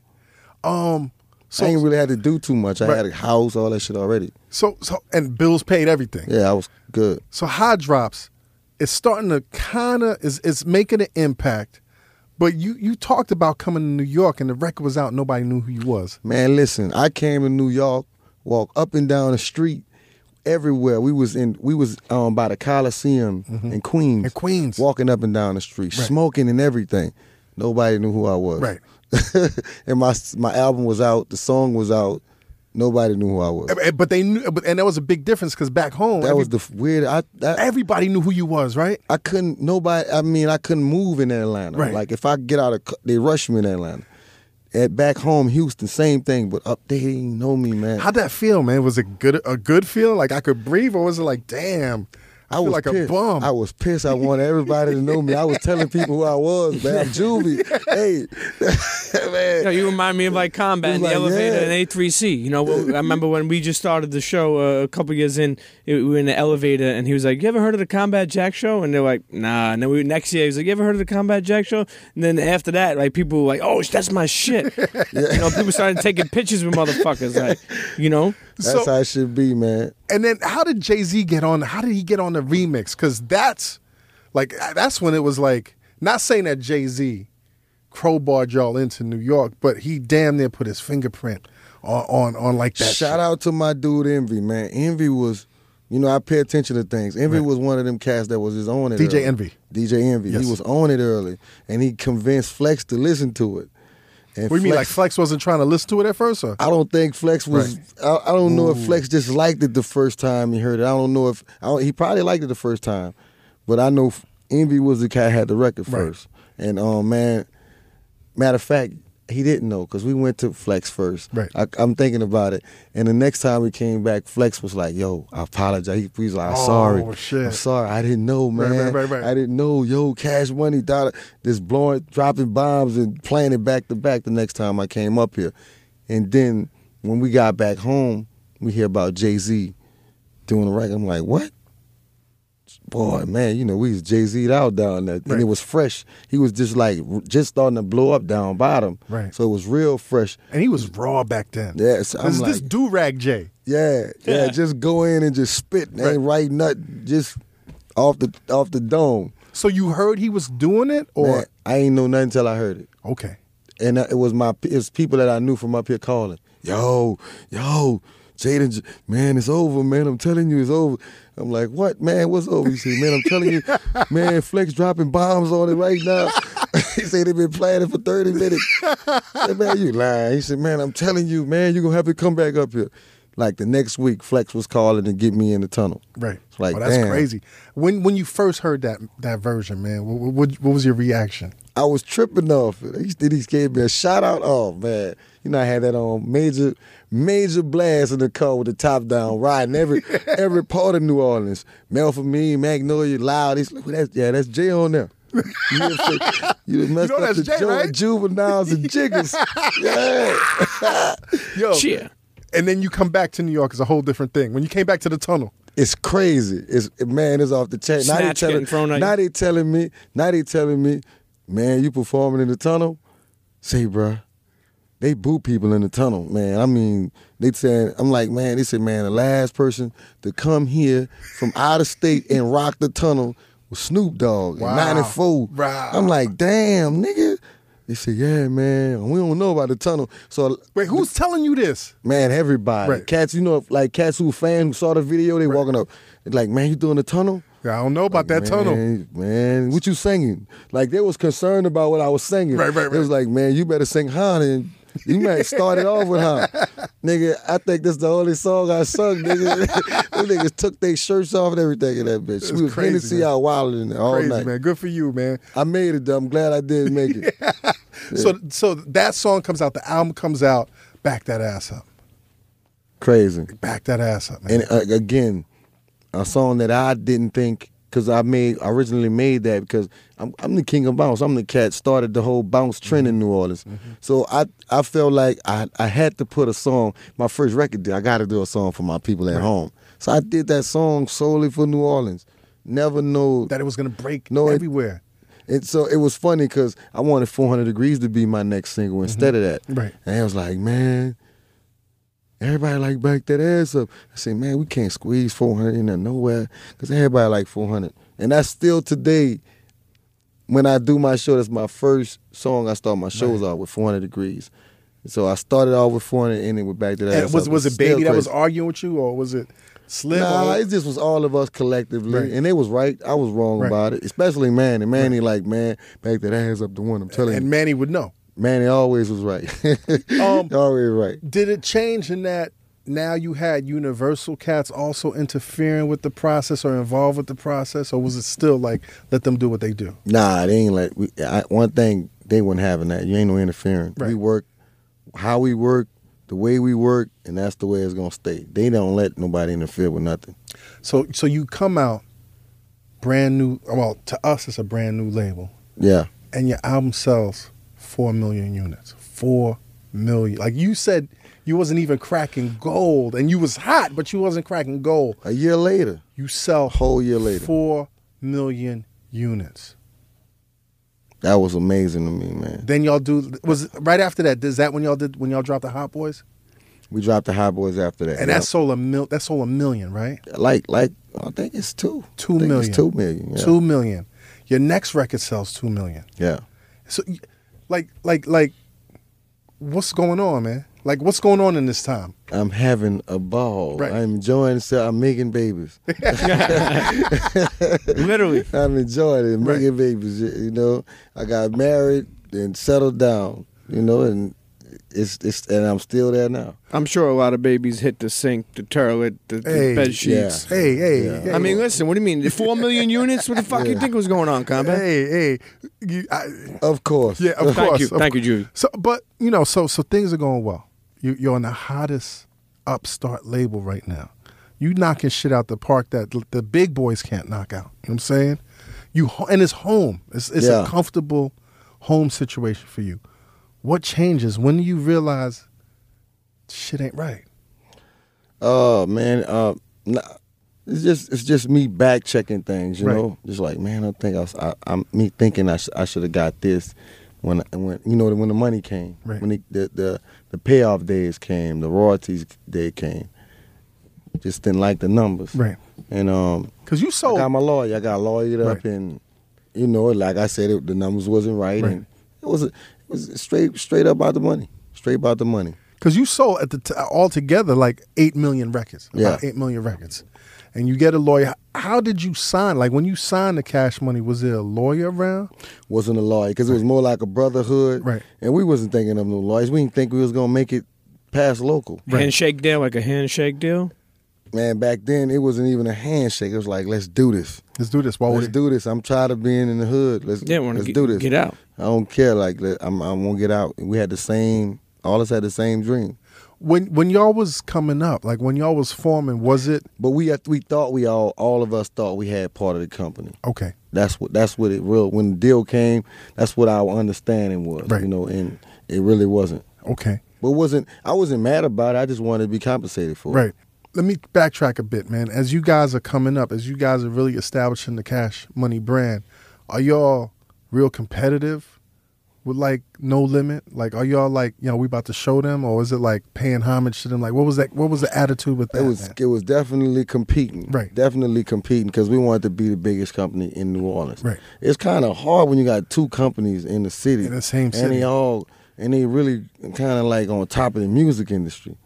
um, so I ain't really had to do too much. I Right. had a house, all that shit already. so so, and bills paid everything. Yeah, I was good. So high drops is starting to kind of is is making an impact. But you you talked about coming to New York and the record was out. Nobody knew who you was. Man, listen, I came to New York, walk up and down the street, everywhere. We was in we was um by the Coliseum in Queens. Mm-hmm. In Queens. Walking up and down the street, Right. smoking and everything. Nobody knew who I was. Right. and my my album was out, the song was out. Nobody knew who I was. Eh, eh, But they knew. But, and that was a big difference because back home, That every- was the f- weird I that, everybody knew who you was, right? I couldn't. Nobody. I mean, I couldn't move in Atlanta. Right. Like if I get out of, c- they rush me in Atlanta. At back home, Houston, same thing. But up there, they didn't know me, man. How'd that feel, man? Was it good? A good feel? Like I could breathe, or was it like, damn, I, I feel was like pissed. a bum? I was pissed. I wanted everybody to know me. I was telling people who I was, man. I'm Juvie. Hey, man. Yeah, you remind me of like combat in the Like, elevator yeah. in A three C. You know, well, I remember when we just started the show uh, a couple years in, it, we were in the elevator, and he was like, "You ever heard of the Combat Jack show?" And they're like, "Nah." And then we next year, he was like, "You ever heard of the Combat Jack show?" And then after that, like people were like, "Oh, that's my shit." You know, people started taking pictures with motherfuckers, like, you know. That's So- how it should be, man. and then how did Jay Z get on? How did he get on the remix? Because that's like that's when it was like not saying that Jay Z crowbarred y'all into New York, but he damn near put his fingerprint on on, on like that. Shout out to my dude Envy, man. Envy was, you know, I pay attention to things. Envy was one of them cats that was just on it. DJ early. Envy. DJ Envy. Yes. He was on it early, and he convinced Flex to listen to it. And Shit. What do you mean? Like Flex wasn't trying to listen to it at first, or I don't think Flex was. Right. I, I don't know if Flex just liked it the first time he heard it. I don't know if I don't, he probably liked it the first time, but I know Envy was the cat had the record Right. first. And um, man, matter of fact, he didn't know because we went to Flex first. Right. I, I'm thinking about it, and the next time we came back, Flex was like, "Yo, I apologize." He, he was like, "I'm Oh, sorry, shit. I'm sorry, I didn't know, Right, man. right, right, right. I didn't know, yo, Cash Money, dollar, just blowing, dropping bombs and playing it back to back the next time I came up here. And then when we got back home, we hear about Jay Z doing the record. I'm like, what? Boy, man, you know, we was Jay Z'd out down there. Right. And it was fresh. He was just like, r- just starting to blow up down bottom. Right. So it was real fresh. and he was raw back then. Yeah, so I'm this, this like- do rag Jay. Yeah, yeah, just go in and just spit. Right. Ain't right nothing. Just off the off the dome. So you heard he was doing it, or Man, I ain't know nothing until I heard it. okay, and it was my it's people that I knew from up here calling. Yo, yo, Jaden, J- man, it's over, man. I'm telling you, it's over. I'm like, what, man? What's over? He said, man, I'm telling you, man, Flex dropping bombs on it right now. He said they've been playing it for 30 minutes. I said, man, you lying. He said, man, I'm telling you, man, you're going to have to come back up here. Like the next week, Flex was calling to get me in the tunnel. Right. It's like, oh, that's damn. crazy. When when you first heard that that version, man, what, what, what was your reaction? I was tripping off it. He, then he gave me a shout out. Oh, man. You know, I had that on major, major blast in the car with the top down, riding every every part of New Orleans. Mel for me, Magnolia, Loud. He's like, "Well, that's, yeah, that's Jay on there. You, know what I'm saying? You done messed know up that's the Jay, joint, right? juveniles and jiggers. yeah. Yo, Cheer. and then you come back to New York is a whole different thing. When you came back to the tunnel, It's crazy. It's man, it's off the chain. Now they Snatch telling, getting thrown at now you. they telling me, now they telling me, man, you performing in the tunnel. Say, bruh, they boo people in the tunnel, man. I mean, they saying, I'm like, man, they said, man, the last person to come here from out of state and rock the tunnel was Snoop Dogg Wow. in '94. Wow. I'm like, damn, nigga. They said, yeah, man, we don't know about the tunnel. So wait, who's telling you this? Man, everybody. Right. Cats, you know, like cats who fan who saw the video, they walking up. They're Like, man, you doing the tunnel? I don't know about that man, tunnel. Man, what you singing? Like they was concerned about what I was singing. Right, right, It was right. like, man, you better sing Han and you might start it off with Han. Nigga, I think that's the only song I sung, nigga. Them niggas took their shirts off and everything in that bitch. we was crazy, Hennessy man. out wilding in there all Crazy night. man, good for you, man. I made it though. I'm glad I did make it. So so that song comes out, the album comes out, back that ass up, Crazy. back that ass up, man. and uh, again, a song that I didn't think because I made I originally made that because I'm I'm the king of bounce. I'm the cat started the whole bounce trend in New Orleans. So I I felt like I I had to put a song. My first record, deal, I got to do a song for my people at home. So I did that song solely for New Orleans. Never know that it was gonna break No, it- everywhere. and so it was funny because I wanted 400 Degrees to be my next single instead of that. Mm-hmm. Right. And I was like, man, everybody like back that ass up. I said, man, we can't squeeze 400 in there nowhere because everybody like 400. And that's still today when I do my show, that's my first song I start my shows off with 400 Degrees. So I started off with 400 and ended with back that ass And was up. was It's it baby still that was crazy. arguing with you, or was it Slim? Nah, or- it just was all of us collectively, Right. and they was right. I was wrong Right. about it, especially Manny. Manny, like man, back that ass up to one. I'm telling and you, Manny would know. Manny always was right. Um, always right. Did it change in that now you had Universal cats also interfering with the process or involved with the process, or was it still like let them do what they do? Nah, they ain't like we, I, one thing they would not having that. You ain't no interfering. Right. We work how we work, the way we work, and that's the way it's gonna stay. They don't let nobody interfere with nothing. So so you come out brand new. Well, to us it's a brand new label, Yeah, and your album sells four million units. Four million. Like you said, you wasn't even cracking gold, and you was hot, but you wasn't cracking gold. a year later, You sell whole year later. four million units. that was amazing to me, man. Then y'all do was right after that. Is that when y'all did when y'all dropped the Hot Boys? We dropped the High Boys after that, And Yeah. that sold a mil. That sold a million, right? like like I think it's two. Two I think million. It's two million. Yeah. Two million. Your next record sells two million. Yeah. So, y- like, like, like, what's going on, man? Like, what's going on in this time? I'm having a ball. Right. I'm enjoying so I'm making babies. Literally. I'm enjoying it, Right. making babies. y- You know, I got married and settled down. You know, and it's it's and I'm still there now. I'm sure a lot of babies hit the sink, the toilet, the, the Hey, bed sheets. yeah. Hey, hey, Yeah. hey. I mean, listen, what do you mean? Four million units? What the fuck you think was going on, Combat? hey, hey. You, I, Of course. yeah, of Thank course. you. of Thank you, Judy. So, but you know, so so things are going well. You, you're on the hottest upstart label right now. You knocking shit out the park that l- the big boys can't knock out. You know what I'm saying? You ho- and it's home. It's it's Yeah. a comfortable home situation for you. What changes? When do you realize shit ain't right? Oh man, uh, nah, it's just it's just me back checking things, you Right. know. Just like man, I think I, was, I I'm me thinking I, sh- I should have got this when when you know when the money came, Right. when the, the the the payoff days came, the royalties day came. Just didn't like the numbers, Right. And um, Because you I got sold my lawyer. I got lawyered up, Right. and you know, like I said, it, the numbers wasn't right, Right. and it was it was straight straight up about the money, straight about the money. because you sold at the t- altogether like eight million records. About Yeah. eight million records, and you get a lawyer. How did you sign? Like when you signed the Cash Money, was there a lawyer around? wasn't a lawyer because it was more like a brotherhood. Right. And we wasn't thinking of no lawyers. We didn't think we was gonna make it past local. Handshake deal, like a handshake deal. Man, back then it wasn't even a handshake. It was like, let's do this. Let's do this. Why would Let's it? do this. I'm tired of being in the hood. Let's Yeah, want let's to do this. Get out. I don't care. Like let, I'm, I won't get out. We had the same. All of us had the same dream. when when y'all was coming up, like when y'all was forming, was it But we we thought we all all of us thought we had part of the company. okay? That's what that's what it real when the deal came. That's what our understanding was. Right. You know, and it really wasn't. Okay, But wasn't I wasn't mad about it. I just wanted to be compensated for. it. right. Let me backtrack a bit, man. As you guys are coming up, as you guys are really establishing the Cash Money brand, are y'all real competitive with like No Limit? Like, are y'all like you know we about to show them, or is it like paying homage to them? Like, what was that? What was the attitude with that? It was man? it was definitely competing. Right. Definitely competing because we wanted to be the biggest company in New Orleans. Right. It's kind of hard when you got two companies in the city. In the same And city. they all and they really kind of like on top of the music industry.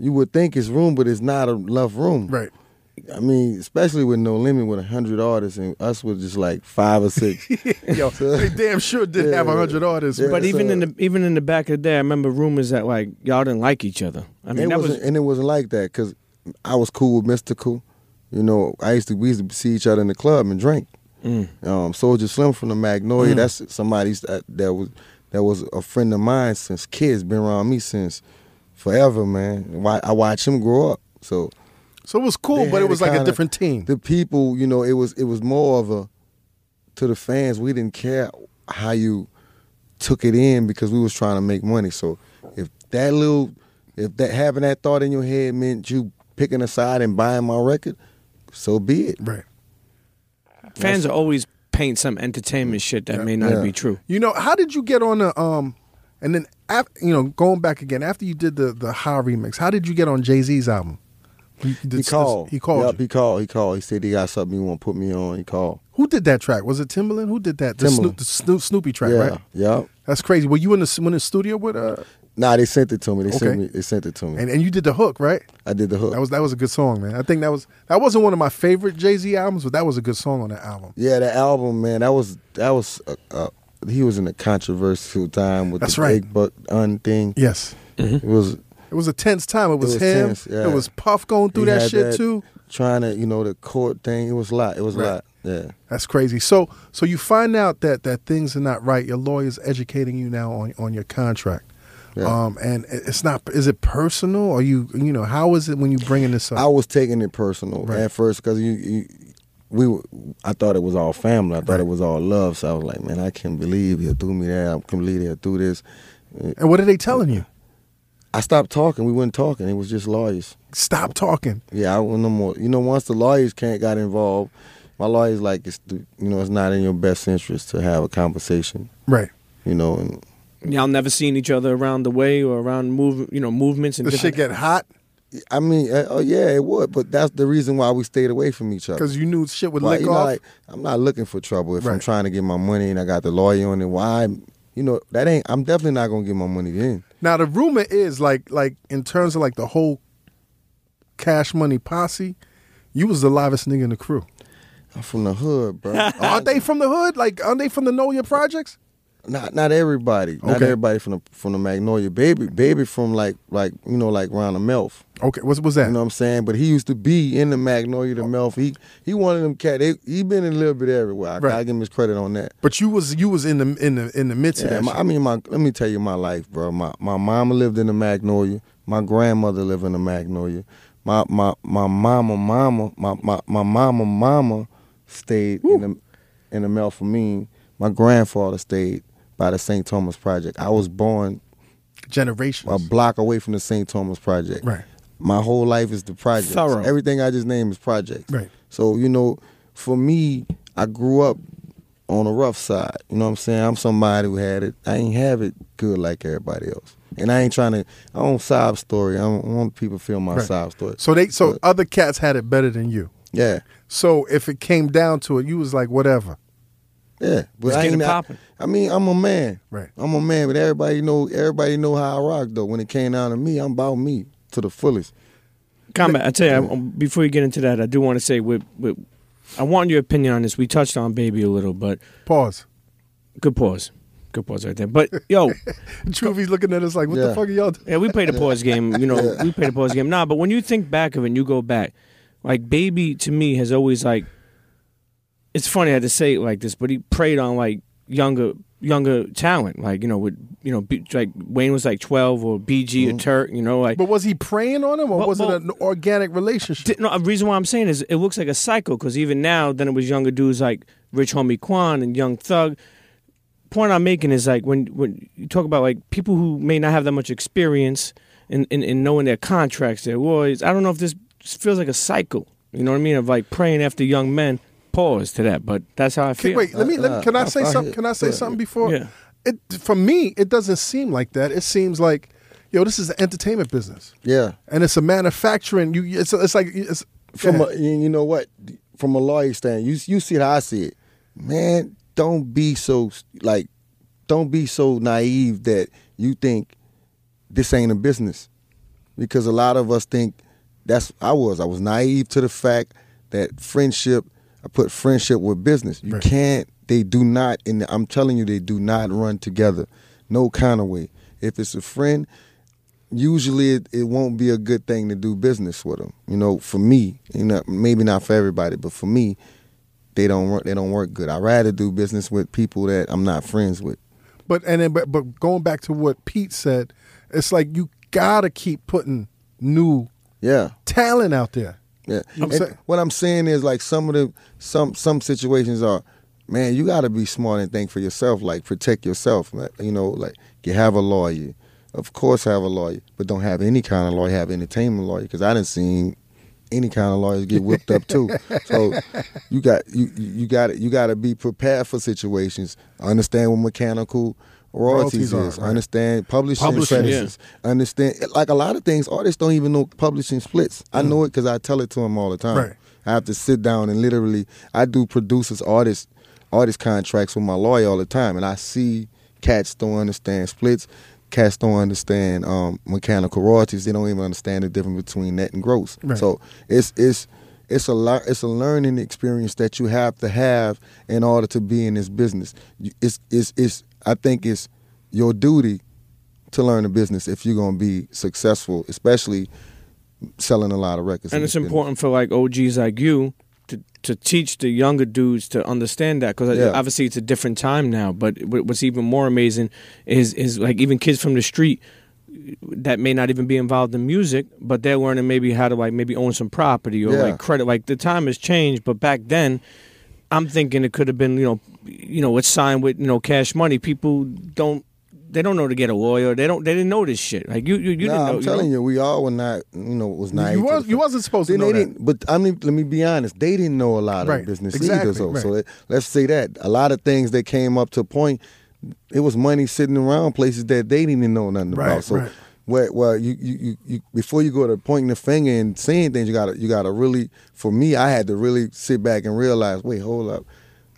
You would think it's room, but it's not enough room. right. I mean, especially with No Limit with hundred artists and us with just like five or six. Yo, they damn sure did have a hundred artists. Yeah, man. But it's, even uh, in the even in the back of the day, I remember rumors that like y'all didn't like each other. I mean, it that wasn't, was and it wasn't like that because I was cool with Mystical. You know, I used to we used to see each other in the club and drink. Mm. Um, Soldier Slim from the Magnolia. That's somebody that, that was that was a friend of mine since kids. Been around me since forever, man. Wa- I watched him grow up. So so it was cool, They but had it was like a kinda- different team. The people, you know, it was it was more of a to the fans. We didn't care how you took it in because we was trying to make money. So if that little, if that having that thought in your head meant you picking a side and buying my record, so be it. right. fans are always paint some entertainment shit that may not Yeah. be true. You know, how did you get on the um and then af you know, going back again, after you did the the Ha remix, how did you get on Jay Z's album? You- you did He s- called. He called. Yup, you. he called. He called. He said he got something he want to put me on. He called. Who did that track? Was it Timbaland? Who did that? The, Snoop, Timbaland. the Snoop, Snoopy track, yeah. right? Yeah. That's crazy. Were you in the s- in the studio with uh Nah, they sent it to me. They Okay. sent me. They sent it to me. and, and you did the hook, right? I did the hook. That was that was a good song, man. I think that was that wasn't one of my favorite Jay Z albums, but that was a good song on that album. Yeah, the album, man. That was that was. Uh, uh, he was in a controversial time with That's the right. Big Buck Un thing. Yes. It was It was a tense time. It was, was him. tense, yeah. It was Puff going through he that had shit too. Trying to, you know, the court thing. It was a lot. It was Right. a lot. Yeah. That's crazy. So so you find out that that things are not right. Your lawyer's educating you now on, on your contract. Yeah. Um, and it- it's not is it personal or you you know how is it when you bringing this up? I was taking it personal Right. at first because you, you, we, were- I thought it was all family. I thought Right. it was all love. So I was like, man, I can't believe he threw me that. I can't believe he threw this. and what are they telling you? I stopped talking. We weren't talking. It was just lawyers. Stop talking. Yeah, I want no more. You know, once the lawyers can't got involved, my lawyers like it's the, you know it's not in your best interest to have a conversation. Right. You know, and Y'all never seen each other around the way or around move, you know, movements and This shit get different. hot I mean, uh, oh yeah, it would, but that's the reason why we stayed away from each other. because you knew shit would Why- lick you know, off. like, I'm not looking for trouble if I'm Right. trying to get my money and I got the lawyer on it. Why? You know, that ain't. I'm definitely not gonna get my money then. now the rumor is like like in terms of like the whole cash money posse, you was the livest nigga in the crew. I'm from the hood, Oh, bro. Aren't they from the hood? Like aren't they from the Know Your Projects? Not not everybody. Not Okay. everybody from the from the Magnolia. Baby, baby from like like you know like round the Melf. Okay, what's was that? You know what I'm saying? But he used to be in the Magnolia, the Melf. He he one of them cat. They, he been a little bit everywhere. I Right. gotta give him his credit on that. But you was you was in the in the in the midst of Yeah, that. my- shit. I mean, my let me tell you my life, bro. My my mama lived in the Magnolia. My grandmother lived in the Magnolia. My my my mama mama my my, my mama mama stayed in the in the Melfamine. My grandfather stayed by the St. Thomas Project. I was born generations. a block away from the St. Thomas Project. Right. My whole life is the project. Thorough. Everything I just named is projects. Right. So you know, for me, I grew up on the rough side. You know what I'm saying? I'm somebody who had it. I ain't have it good like everybody else, and I ain't trying to. I don't sob story. I don't want people to feel my Right. sob story. So they so But, other cats had it better than you. yeah, So if it came down to it, you was like whatever. yeah. But Let's I get it ain't. I, poppin'. I mean, I'm a man. Right. I'm a man, but everybody know. Everybody know how I rock though. When it came down to me, I'm about me to the fullest. combat. I tell you, I, before we get into that, I do want to say, we, we, I want your opinion on this. We touched on Baby a little, but Pause. good pause, good pause right there. But yo, Truvy's looking at us like, what Yeah. the fuck are y'all doing? yeah, we played a pause game. You know, we played a pause game. Nah, but when you think back of it, and you go back, like Baby to me has always like. It's funny I had to say it like this, but he preyed on like younger younger talent, like you know with you know B, like Wayne was like twelve or BG or Turk, you know like But was he preying on him or Well, was well- it an organic relationship? Di- No, the reason why I'm saying is it looks like a cycle because even now, then it was younger dudes like Rich Homie Quan and Young Thug. Point I'm making is like when when you talk about like people who may not have that much experience in in, in knowing their contracts, their lawyers. I don't know if this feels like a cycle. You know what I mean? Of like praying after young men. Pause to that, but that's how Can- I feel. wait, let me. Let, Uh, can I uh, say uh, something? Can I say uh, something before? yeah. It for me, it doesn't seem like that. It seems like, yo, this is an entertainment business, Yeah. and it's a manufacturing. You, it's, it's like it's From yeah. a, you you know what? From a lawyer stand, you you see how I see it. Man, don't be so like, don't be so naive that you think this ain't a business, because a lot of us think that's I was I was naive to the fact that friendship I put friendship with business. You Right. can't. They do not. And I'm telling you, they do not run together, no kind of way. If it's a friend, usually it, it won't be a good thing to do business with them. You know, for me, you know, maybe not for everybody, but for me, they don't work. They don't work good. I rather do business with people that I'm not friends with. But and then, but, but going back to what Pete said, it's like you gotta keep putting new Yeah, talent out there. yeah. I'm And saying- what I'm saying is like some of the some some situations are, man, you got to be smart and think for yourself. Like protect yourself. Like, you know, like you have a lawyer. Of course, have a lawyer, but don't have any kind of lawyer. Have entertainment lawyer because I didn't seen any kind of lawyers get whipped up too. So you got you you got you got to be prepared for situations. Understand what mechanical royalties, Royalties are, is. right. Understand publishing, Publishing, practices. Understand like a lot of things. Artists don't even know publishing splits. I know it because I tell it to them all the time. Right. I have to sit down and literally I do producers, artists, artist contracts with my lawyer all the time, and I see cats don't understand splits. Cats don't understand um, mechanical royalties. They don't even understand the difference between net and gross. Right. So it's it's it's a lot. It's a learning experience that you have to have in order to be in this business. You- It's it's it's. I think it's your duty to learn the business if you're gonna be successful, especially selling a lot of records. in and this it's business. important for like OGs like you to to teach the younger dudes to understand that because Yeah. obviously it's a different time now. But wh- what's even more amazing is is like even kids from the street that may not even be involved in music, but they're learning maybe how to like maybe own some property or Yeah. like credit. Like the time has changed, but back then. I'm thinking it could have been, you know, you know, it's signed with, you know, cash money. People don't, they don't know to get a lawyer. They don't, they didn't know this shit. Like you, you, you Nah, didn't know. I'm telling know? you, we all were not, you know, was naive. You, to was, the you fact- wasn't supposed Then to know they that. didn't, but I mean, let me be honest. They didn't know a lot Right, of business exactly, either. So, right. so let, let's say that a lot of things that came up to a point, it was money sitting around places that they didn't even know nothing Right, about. So, right. well, well, you, you, you, you, before you go to pointing the finger and saying things, you gotta, you gotta really. For me, I had to really sit back and realize, wait, hold up,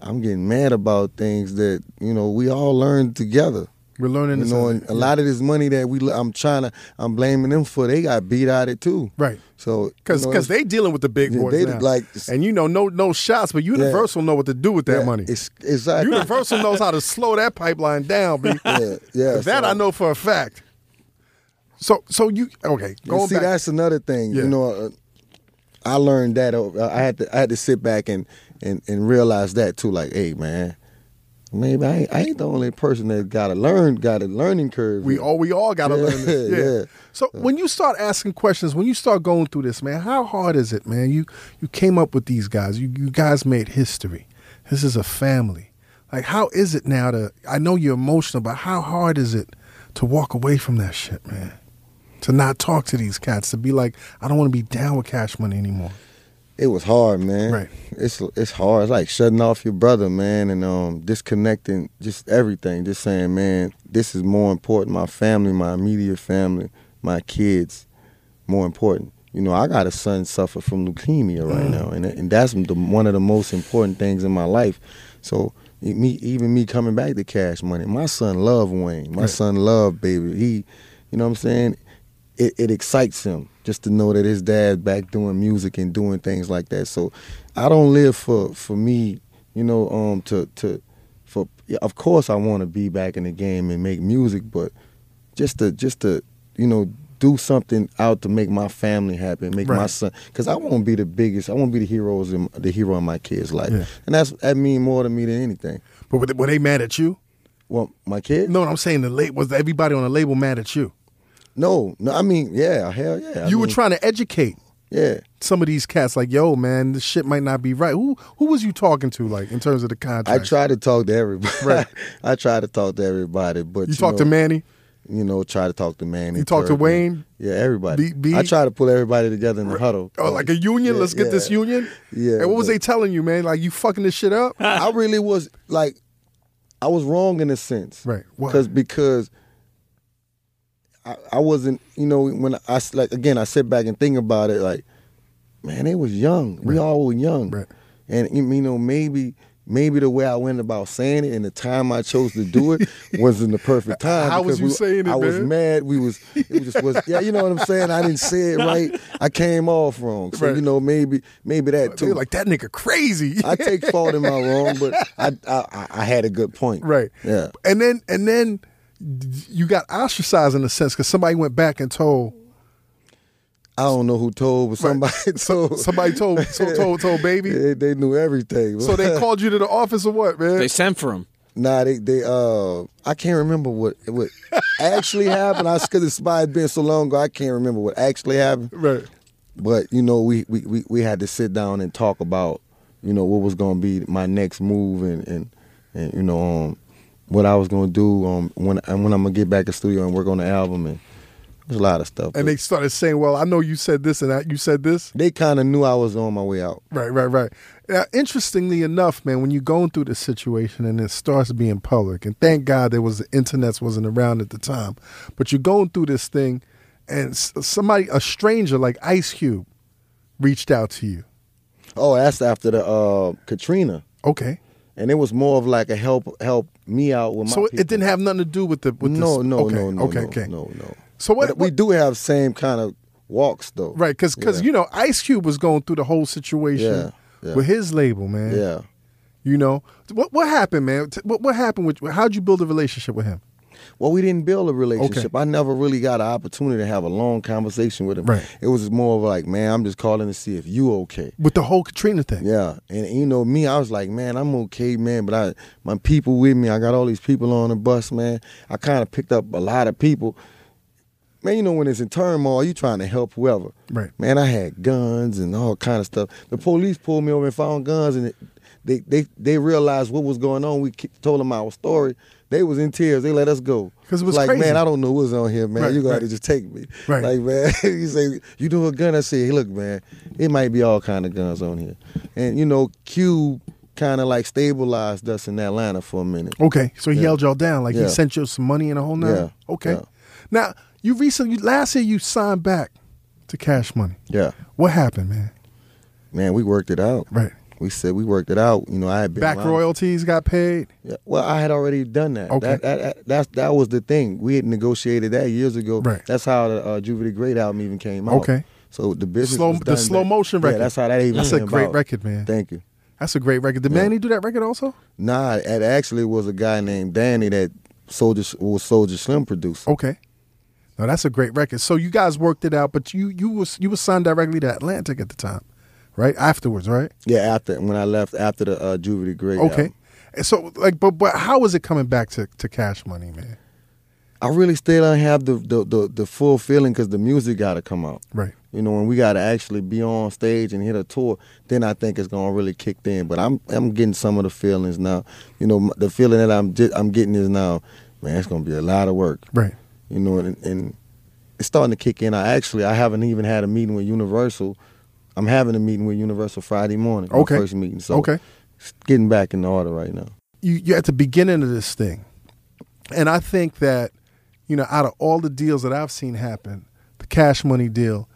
I'm getting mad about things that you know we all learned together. We're learning You this. know, and a lot of this money that we, I'm trying to, I'm blaming them for. They got beat out it too, Right. So, Because you know, because it's- they dealing with the big Yeah, boys they now. like- and you know no no shots, but Universal know what to do with that yeah, money. It's exactly. Universal knows how to slow that pipeline down. B. yeah, yeah. that so- I know for a fact. So so you okay? And Going see, back, that's another thing. Yeah. You know, uh, I learned that. over- I had to. I had to sit back and and and realize that too. Like, hey, man, maybe I ain't, I ain't the only person that got to learn, got a learning curve. we all we all got to Yeah, learn this. Yeah. yeah. So when you start asking questions, when you start going through this, man, how hard is it, man? You you came up with these guys. You you guys made history. This is a family. Like, how is it now to? I know you're emotional, but how hard is it to walk away from that shit, man? To not talk to these cats, to be like, I don't want to be down with Cash Money anymore. It was hard, man. Right. It's it's hard. It's like shutting off your brother, man, and um disconnecting just everything. Just saying, man, this is more important. My family, my immediate family, my kids, more important. You know, I got a son suffer from leukemia right now, and and that's the, one of the most important things in my life. So e- me, even me coming back to Cash Money, my son loved Wayne. My son loved Baby. He, you know what I'm saying? it, it excites him just to know that his dad's back doing music and doing things like that. So I don't live for for me, you know, um to to for yeah, of course I want to be back in the game and make music, but just to just to you know do something out to make my family happy, make my Right. son, because I want to be the biggest. I want to be the heroes in the hero in my kid's life, Yeah. and that's that mean more to me than anything. But were they, were they mad at you? Well, my kid? No, what I'm saying the late was everybody on the label mad at you. no, no. I mean, yeah, hell yeah. I you were mean, trying to educate yeah. some of these cats, like, yo, man, this shit might not be right. Who who was you talking to, like, in terms of the I contract? try to talk to everybody. Right. I try to talk to everybody, but you, You talked know, to Manny. You know, try to talk to Manny. You talked to Kirby. Wayne? Yeah, everybody. I B- B? try to pull everybody together in the huddle. Oh, like a union. Yeah, Let's get yeah. this union. Yeah, And what was but- they telling you, man? Like you fucking this shit up. I really was like, I was wrong in a sense, Right. Why? Because because I, I wasn't, you know, when I s- like again, I sit back and think about it, like, man, they was young. We all were young, Right. and you you know maybe. Maybe the way I went about saying it and the time I chose to do it wasn't the perfect time. How because was you we- saying it, I was man? mad. We was it was just was yeah. You know what I'm saying? I didn't say it right. I came off wrong. So Right. you know maybe maybe that They too. were like that nigga crazy. I take fault in my wrong, but I, I I- I had a good point. right. Yeah. And then and then you got ostracized in a sense because somebody went back and told I don't know who told, but somebody told. somebody told so told told baby. They, they knew everything. So they called you to the office or what, man? They sent for him. Nah, they they uh. I can't remember what what actually happened. I because it's by- it's been so long ago. I can't remember what actually happened. right. But you know, we we we, we had to sit down and talk about you know what was going to be my next move and and and you know um what I was going to do um when and when I'm gonna get back to studio and work on the album and there's a lot of stuff. And but- they started saying, "Well, I know you said this and that, you said this." they kind of knew I was on my way out. Right, right, right. Now, interestingly enough, man, when you're going through this situation and it starts being public, and thank God there was the internet wasn't around at the time, but you're going through this thing, and s- somebody, a stranger like Ice Cube, reached out to you. Oh, that's after the uh, Katrina, Okay, and it was more of like a help help me out with my. so people. it didn't have nothing to do with the with no, this. no, okay, no, no, okay, no, okay. no, no. So what- But we what- do have same kind of walks though, Right, because because Yeah. you know Ice Cube was going through the whole situation Yeah, yeah. with his label, man. Yeah, You know what what happened, man? T- What what happened with how'd you build a relationship with him? well, we didn't build a relationship. I never really got an opportunity to have a long conversation with him. Right. It was more of like, man, I'm just calling to see if you okay. With the whole Katrina thing. Yeah, and you know me, I was like, man, I'm okay, man. But I, my people with me, I got all these people on the bus, man. I kind of picked up a lot of people. Man, you know when it's in turmoil, you trying to help whoever. Right. Man, I had guns and all kind of stuff. The police pulled me over and found guns, and they they they realized what was going on. We ki- told them our story. They was in tears. They let us go. 'Cause it was like, crazy. man, I don't know what's on here, man. Right, you gotta right. just take me. Right. Like, man. you say you do a gun. I say, hey, look, man, it might be all kind of guns on here, and you know, Cube kind of like stabilized us in Atlanta for a minute. Okay, so he held y'all down, like Yeah. he sent you some money and a whole nother. Yeah, Okay, yeah. now you recently last year you signed back to Cash Money. Yeah, What happened, man? man, we worked it out. Right, We said we worked it out. You know, I had been back around- royalties got paid. Yeah, Well, I had already done that. Okay. That, that, that, that's, that was the thing. We had negotiated that years ago. Right. That's how the uh, Juvie the Great album even came out. Okay. So the business Slow- was the done slow back- motion Yeah, record. that's how that even That's a came great about. record, man. Thank you. That's a great record. Did Manny do that record also? Nah, it actually was a guy named Danny that Soldier was Soldier Slim produced. Okay, no, that's a great record. So you guys worked it out, but you you was you was signed directly to Atlantic at the time, right? Afterwards, right? Yeah, after when I left after the uh, Juvie the Great. Okay, album. and so like, but but how was it coming back to to Cash Money, man? I really still don't have the the the, the full feeling because the music got to come out. Right. You know, when we got to actually be on stage and hit a tour, then I think it's gonna really kick in. But I'm I'm getting some of the feelings now. You know, m- the feeling that I'm just, I'm getting is now, man, it's gonna be a lot of work. Right. You know, and, and it's starting to kick in. I actually I haven't even had a meeting with Universal. I'm having a meeting with Universal Friday morning. my Okay. first meeting. So Okay. it's getting back in order right now. you, you're at the beginning of this thing. And I think that, you know, out of all the deals that I've seen happen, the cash money deal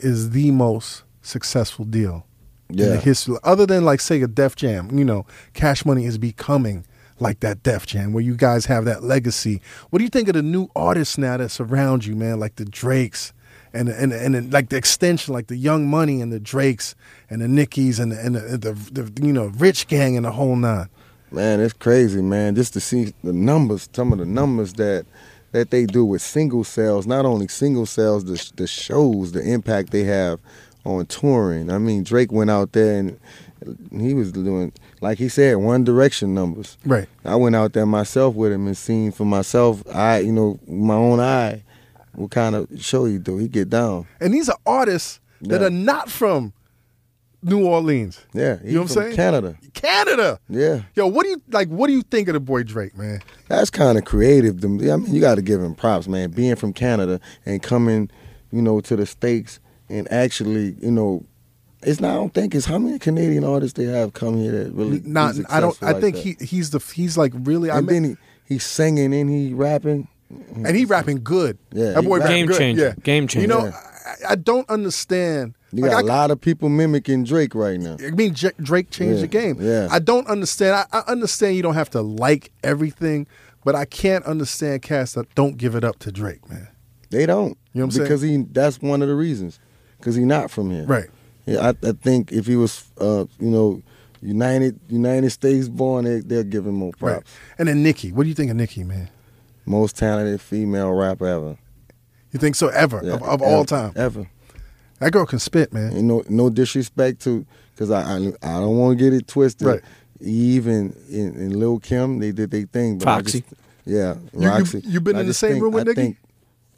is the most successful deal in Yeah. the history. Other than like say a Def Jam, you know, cash money is becoming like that Def Jam where you guys have that legacy. What do you think of the new artists now that surround you, man? Like the Drakes and and and, and like the extension, like the Young Money and the Drakes and the Nickies and the, and the, the, the you know Rich Gang and the whole nine. Man, it's crazy, man. Just to see the numbers, some of the numbers that that they do with single sales, not only single sales, the the shows, the impact they have on touring. I mean, Drake went out there and he was doing like he said, One Direction numbers. Right. I went out there myself with him and seen for myself, I you know, my own eye, what kind of show he do. He get down. And these are artists that Yeah. are not from New Orleans. Yeah. He You know what I'm from saying? Canada. Canada. Yeah. Yo, what do you like? What do you think of the boy Drake, man? That's kind of creative. to me. I mean, you got to give him props, man. Being from Canada and coming, you know, to the states and actually, you know, it's not. I don't think it's how many Canadian artists they have come here that really be Not, I don't. successful I like think that. he he's the he's like really. I And mean, then he, he's singing and he rapping. and he rapping good. Yeah, that he boy rap- rapping Game good. changer. Yeah. Game changer. You know, Yeah. I, I don't understand. You like, got I- a lot of people mimicking Drake right now. I mean, J- Drake changed Yeah, the game. yeah. I don't understand. I, I understand you don't have to like everything, but I can't understand cats that don't give it up to Drake, man. They don't. You know what I'm because he that's one of the reasons. Because he's not from here. Right. Yeah, I, I think if he was, uh, you know, United United States born, they, they'll give him more props. Right. And then Nicki. What do you think of Nicki, man? Most talented female rapper ever. You think so ever Yeah, of, of ever, all time? Ever. That girl can spit, man. And no, no disrespect to, because I, I, I don't want to get it twisted. Right. Eve and, and, and Lil Kim, they did their thing. But I Foxy. just- yeah, you- Roxy. you been But I in the just same think- room with I Nicki? think-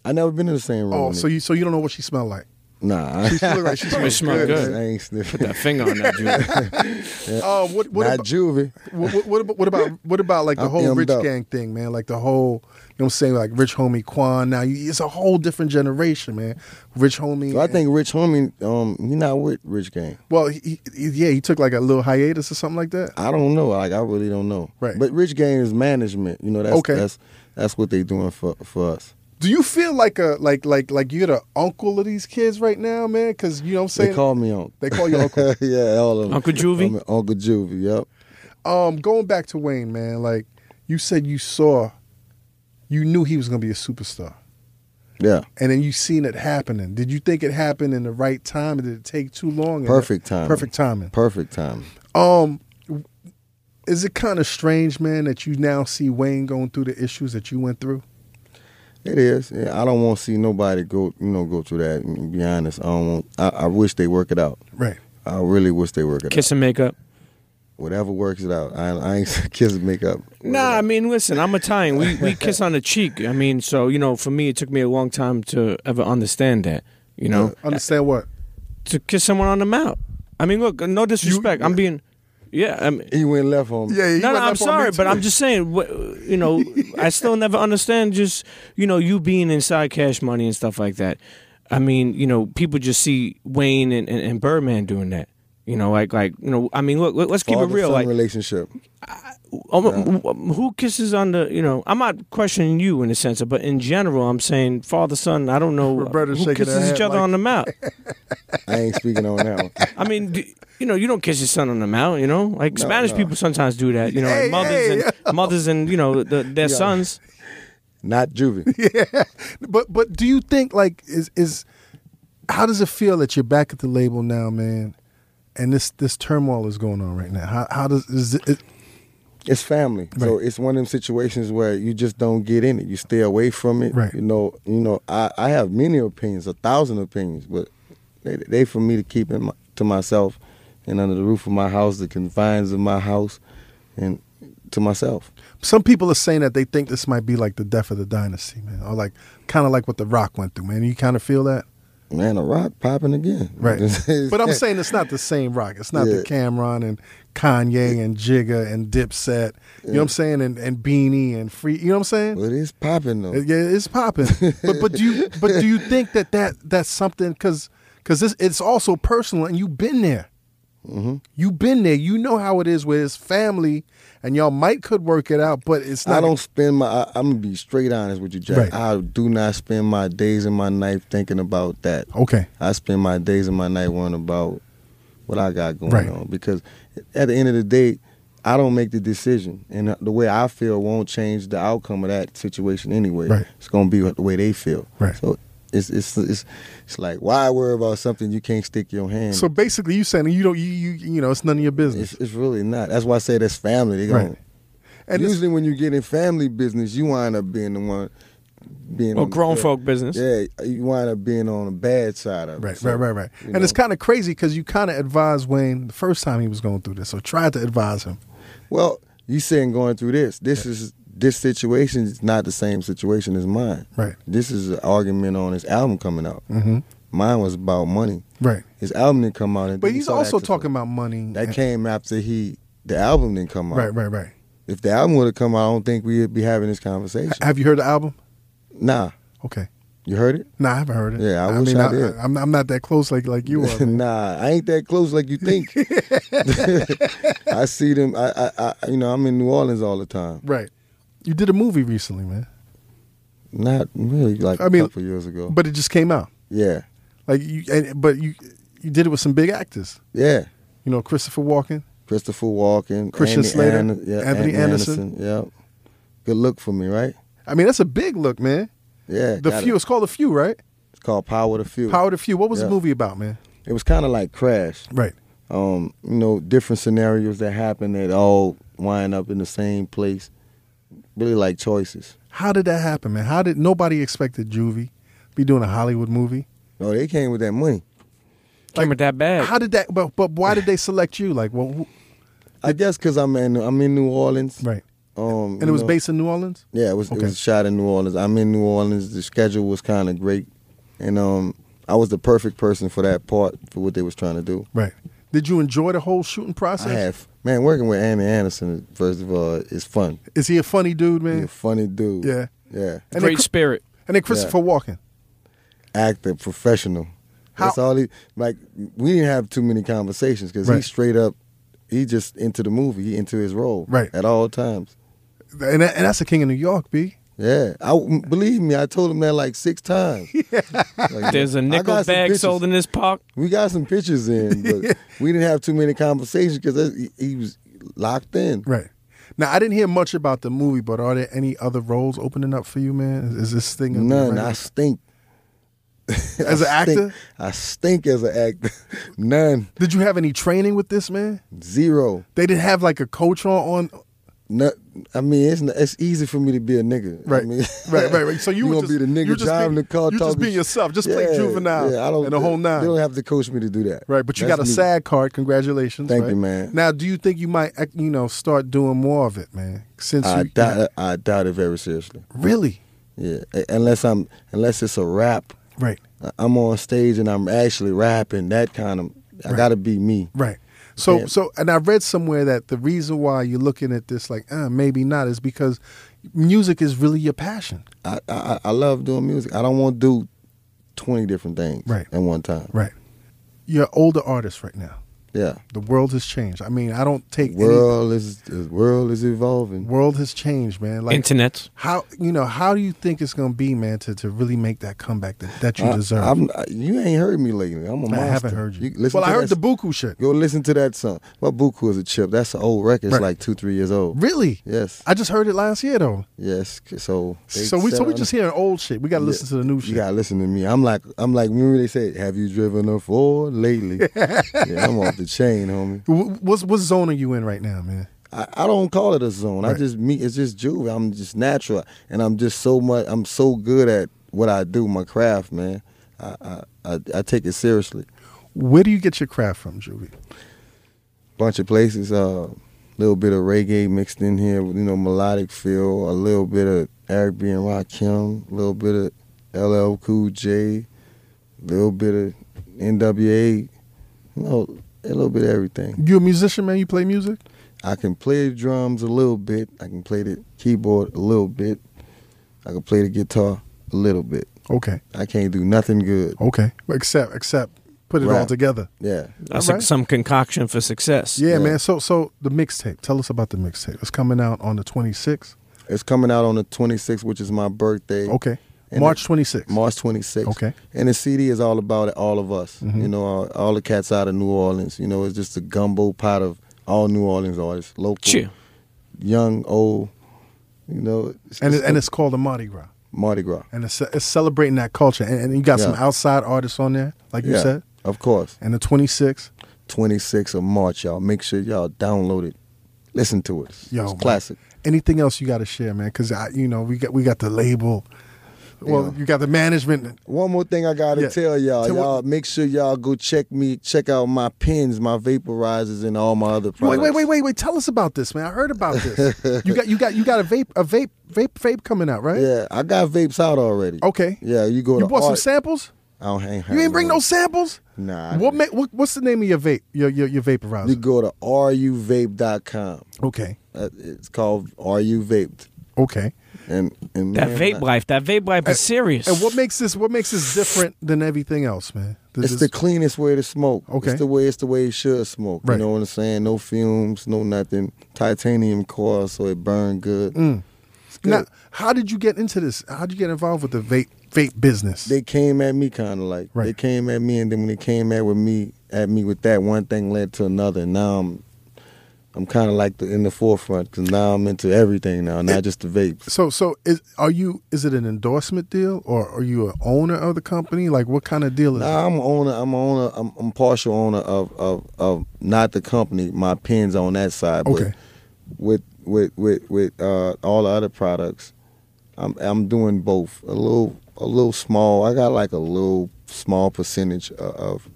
I never been in the same room. Oh, with so you so you don't know what she smelled like? Nicki. Nah. I- She look like she Probably smelled smell good. good. I ain't sniffing. That finger on that dude. Um, what what Not about, juvie. what, what- what about what about what about like the I'm whole M'd rich up. gang thing, man? Like the whole you know what I'm saying, like rich homie Quan. Now you, it's a whole different generation, man. Rich homie. So I think Rich Homie, um, he not with Rich Gang. Well, he, he, yeah, he took like a little hiatus or something like that. I don't know. Like I really don't know. Right. But Rich Gang is management. You know that's Okay. that's that's what they doing for for us. Do you feel like a like like like you're the uncle of these kids right now, man? Because you know what I'm saying. They call me Uncle. They call you uncle. yeah, all of them. Uncle Juvie? I'm Uncle Juvie. Yep. um, going back to Wayne, man. Like you said, you saw, you knew he was gonna be a superstar, Yeah. and then you seen it happening. Did you think it happened in the right time? Or did it take too long? And- Perfect timing. Perfect timing. Perfect time. Um, is it kind of strange, man, that you now see Wayne going through the issues that you went through? It is. Yeah, I don't want to see nobody go. You know, go through that. and Be honest. I don't want. I, I wish they work it out. Right. I really wish they work it Kiss and make up. out. Whatever works it out. I, I ain't kiss makeup. Nah, I mean, listen, I'm Italian. We we kiss on the cheek. I mean, so you know, for me, it took me a long time to ever understand that. You know, Understand what? to kiss someone on the mouth. I mean, look, no disrespect. I'm being, yeah. I'm, He went left on. me. he no, no, went I'm up on me sorry, but too. I'm just saying. wh- You know, I still never understand just you know you being inside Cash Money and stuff like that. I mean, you know, people just see Wayne and, and, and Birdman doing that. You know, like like you know. I mean, look, let- let's keep it Father-son real. Like, relationship. um, um, who kisses on the you know i'm not questioning you in a sense but in general i'm saying father son i don't know Roberta's who shaking her kisses each head other like- on the mouth I ain't speaking on that one. i mean d you know you don't kiss your son on the mouth you know like spanish no. people sometimes do that you know Hey, like mothers hey, and mothers and you know the, their sons Not juvie. But but do you think like is is how does it feel that you're back at the label now, man? And this this turmoil is going on right now. How how does is it, it- It's family, so it's one of them situations where you just don't get in it. You stay away from it. Right. You know. You know. I, I have many opinions, a thousand opinions, but they they for me to keep in my, to myself and under the roof of my house, the confines of my house, and to myself. some people are saying that they think this might be like the death of the dynasty, man, or like kind of like what the Rock went through, man. You kind of feel that, Man, a rock popping again. right? It's- but I'm saying it's not the same Rock. It's not Yeah. the Cameron and Kanye and Jigga and Dipset. You know what I'm saying? And and Beanie and Free. You know what I'm saying? Uh, But it's popping though. Yeah, it's popping. but but do you but do you think that, that that's something because because this it's also personal and you've been there. Mm-hmm. You've been there. You know how it is with his family, and y'all might could work it out, but it's not. I don't spend my. I, I'm gonna be straight honest with you, Jack. Right. I do not spend my days and my night thinking about that. Okay. I spend my days and my night worrying about what I got going Right. on because at the end of the day, I don't make the decision, and the way I feel won't change the outcome of that situation anyway. Right. It's gonna be the way they feel. Right. So It's it's it's it's like why worry about something you can't stick your hand. So basically, you saying you don't you you you know it's none of your business. it's, it's really not. That's why I say that's family. They gonna, Right. And it's- usually when you get in family business, you wind up being the one being Well, on the grown bad- folk business. Yeah, you wind up being on the bad side of it. Right, So, right, right, right. you And it's know. kind of crazy because you kind of advised Wayne the first time he was going through this, or tried to advise him. well, you saying going through this. This is this situation is not the same situation as mine. Right. This is an argument on his album coming out. Mm-hmm. Mine was about money. Right. His album didn't come out, and But then he he's sought also access- talking about money. that and- came after he the album didn't come out. Right, right, right. If the album would have come out, I don't think we'd be having this conversation. H- Have you heard the album? nah, Okay. you heard it? No, I haven't heard it. Yeah, I wish I did. I, am I'm not that close like like you are. man. nah, I ain't that close like you think. I see them. I, I, I, you know, I'm in New Orleans all the time. right. You did a movie recently, man. Not really, like I mean, a couple years ago. But it just came out. yeah, Like you, and, but you you did it with some big actors. yeah. You know, Christopher Walken. Christopher Walken, Christian Andy Slater, An- yeah, Anthony Anderson. Yep. Good look for me, right? I mean, that's a big look, man. Yeah. The got few. It. It's called the few, right? It's called Power to Few. Power the few. What was Yeah. the movie about, man? It was kind of like Crash. Right. um, you know, different scenarios that happen that all wind up in the same place. Really like choices. How did that happen, man? How did nobody expected Juvie be doing a Hollywood movie? No, Oh, they came with that money. Came with that bag. How did that? But but why did they select you? Like, well, who, I guess because I'm in I'm in New Orleans. right. Um, And it was based in New Orleans. Yeah, it was it Okay. was shot in New Orleans. I'm in New Orleans. The schedule was kind of great, and um, I was the perfect person for that part for what they was trying to do. Right. Did you enjoy the whole shooting process? I have man working with Andy Anderson. First of all, is fun. Is he a funny dude, man? He's a funny dude. Yeah. yeah. And Great then, Chris- spirit. and then Christopher Walken. actor, professional. How- That's all he like. We didn't have too many conversations because Right. he's straight up. He just into the movie. He into his role. Right. At all times. And, that, and that's the king of New York, B. Yeah. I believe me. I told him that like six times. Like, There's a I nickel got some bag pictures. sold in this park. We got some pictures in, but we didn't have too many conversations because he, he was locked in. Right. Now I didn't hear much about the movie, but are there any other roles opening up for you, man? Is, is this thing gonna be None. right I up- stink. as an I stink. actor? I stink as an actor. None. Did you have any training with this, man? Zero. They didn't have like a coach on. on No, I mean it's not, it's easy for me to be a nigga. Right. I mean, Right, right, right. So you you were gonna just- be the you nigga just driving be- the car. you just talking be shit. yourself. Just play juvenile Yeah, I don't. and the whole nine. They don't have to coach me to do that. right, but you got a That's me. SAG card. Congratulations. Thank right? you, man. Now, do you think you might, ac- you know, start doing more of it, man? Since I you doubt. I doubt it very seriously. really, Yeah, A- unless I'm unless it's a rap. right, I- I'm on stage and I'm actually rapping. That kind of. I Right. gotta be me. right. So, Yeah. so, and I read somewhere that the reason why you're looking at this like, uh, maybe not, is because music is really your passion. I, I I- I love doing music. I don't want to do twenty different things Right. at one time. Right. You're an older artist right now. Yeah. The world has changed. I mean, I don't take any- World is the world is evolving. world has changed, man. Like Internet. how you know how do you think it's gonna be, man, to, to really make that comeback that, that you I- deserve? I, I'm, I, you ain't heard me lately. I'm a monster. haven't heard you. listen well, to I that heard the s- Buku shit. Go listen to that song. Well, Buku is a chip. That's an old record. It's Right. like two, three years old. Really? Yes. I just heard it last year though. yes. So. they so we so set we on- just hearing old shit. We gotta Yeah. listen to the new shit. You gotta listen to me. I'm like I'm like. Remember they said, "Have you driven a Ford lately?" yeah, I'm off the chain, homie. Wh- What's what zone are you in right now, man? I, I don't call it a zone. I Right. just me. It's just juve. I'm just natural, and I'm just so much. I'm so good at what I do, my craft, man. I I, I, I take it seriously. Where do you get your craft from, Juvie? bunch of places. A little bit of reggae mixed in here, you know, melodic feel. A little bit of Eric B and Rakim. A little bit of LL Cool J. A little bit of N.W.A. You know, a little bit of everything. You a musician, man? You play music? I can play the drums a little bit. I can play the keyboard a little bit. I can play the guitar a little bit. Okay, I can't do nothing good. okay. Except except put it all Rap. together. Yeah. That's All like right. some concoction for success. Yeah, Yeah. man. So so the mixtape. Tell us about the mixtape. It's coming out on the 26th. It's coming out on the 26th, which is my birthday. Okay. And March it- 26th. March 26th. Okay. Mm-hmm. And the CD is all about it, all of us. You know, all, all the cats out of New Orleans. You know, it's just a gumbo pot of all New Orleans artists, local, Chill. young, old. You know, and just it, and it's called the Mardi Gras. Mardi Gras. and it's, it's celebrating that culture. And, and you got some Yeah. outside artists on there, like you Yeah, said, Of course. and the 26th. 26th of March, y'all. Make sure y'all download it. Listen to it. It's, Yo, it's man. classic. Anything else you got to share, man? Because you know we got we got the label. Well, Yeah. you got the management. One more thing I gotta Yeah. tell y'all. Tell what- y'all make sure y'all go check me, check out my pins, my vaporizers, and all my other Wait, products. wait, wait, wait, wait! Tell us about this, man. I heard about this. you got you got you got a vape a vape vape vape coming out, right? Yeah, I got vapes out already. Okay. Yeah, you go Oh, You to bought some Art- samples. I don't hang You ain't bring no around. samples. Nah. I What, didn't. ma- what what's the name of your vape your your, your vaporizer? You go to ruvape.com. okay, Uh, It's called RU Vaped. okay. And, and That man, vape I- life, that vape life is serious. And what makes this what makes this different than everything else, man? This It's the cleanest way to smoke. Okay. It's the way it's the way it should smoke. Right. You know what I'm saying? No fumes, no nothing. Titanium coil, so it burn good. Mm. It's good. Now, how did you get into this? How did you get involved with the vape vape business? they came at me kind of like Right. they came at me, and then when they came at with me at me with that, one thing led to another. And now I'm I'm kind of like the, in the forefront because now I'm into everything now, not just the vapes. so so is are you is it an endorsement deal or are you an owner of the company? Like what kind of deal is it? Nah, I'm owner. I'm owner. I'm, I'm partial owner of, of of not the company. My pins on that side. But Okay. With with with with uh, all the other products, I'm I'm doing both. A little a little small. I got like a little small percentage of of,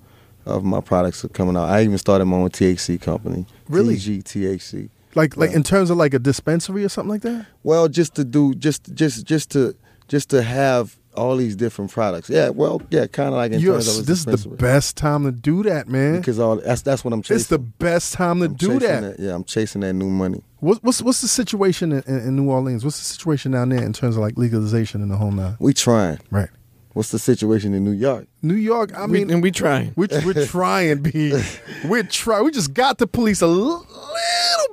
of my products are coming out. I even started my own THC company. Really? TG THC. Like like yeah. in terms of like a dispensary or something like that? Well, just to do just just just to just to have all these different products. Yeah. Well, yeah. Kind of like in You're- terms of a this is the dispensary. best time to do that, man. Because all that's that's what I'm chasing. It's the best time to I'm do chasing that. Yeah, I'm chasing that new money. What, what's what's the situation in, in, in New Orleans? What's the situation down there in terms of like legalization in the whole nine? We trying. Right. What's the situation in New York? New York. I we, mean, and we trying. We're, we're trying, B. We're try. We just got the police a little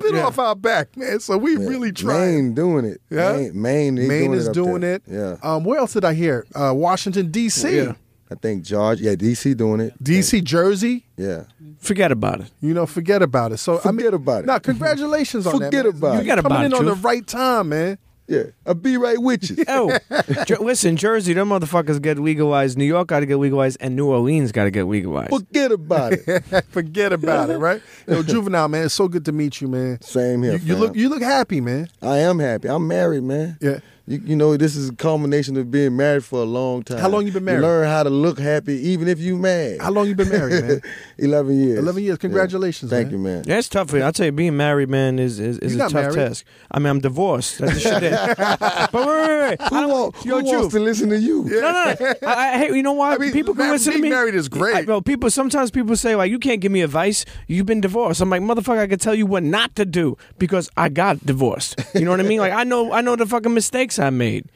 bit Yeah. off our back, man. So we really trying. Maine doing it. Yeah? Maine, Maine, they Maine, doing is it up doing there. it. Yeah, Um, where else did I hear? Uh, Washington D.C. Yeah. I think George. Yeah, DC doing it. D.C. Jersey. Yeah, Forget about it. You know, forget about it. So I mean, Forget about it. Now, congratulations on that. Forget man. about you it. Forget coming about in it, on the Juice. right time, man. yeah. I'll be right with you. Oh, Jer- listen, Jersey, them motherfuckers get legalized. New York got to get legalized, and New Orleans got to get legalized. Forget about it. forget about it, right? Yo, juvenile, man. It's so good to meet you, man. Same here. you, you fam. look, you look happy, man. I am happy. I'm married, man. Yeah. You, you know, this is a culmination of being married for a long time. How long you been married? learn how to look happy even if you mad. How long you been married, man? Eleven years. 11 years. Yeah. Congratulations, Thank man. you, man. Yeah, it's tough. I'll tell you, being married, man, is is, is You're a not tough married. task. I mean, I'm divorced. That's the shit that- but wait, wait, wait. I Who, don't- want, yo, who wants Juve. to listen to you? No, no, no. I, I, hey, you know why? mean, people can ma- listen to being me. married is great. I, well, people sometimes people say like, "You can't give me advice. You've been divorced." I'm like, "Motherfucker, I can tell you what not to do because I got divorced." You know what I mean? Like, I know, I know the fucking mistakes I made.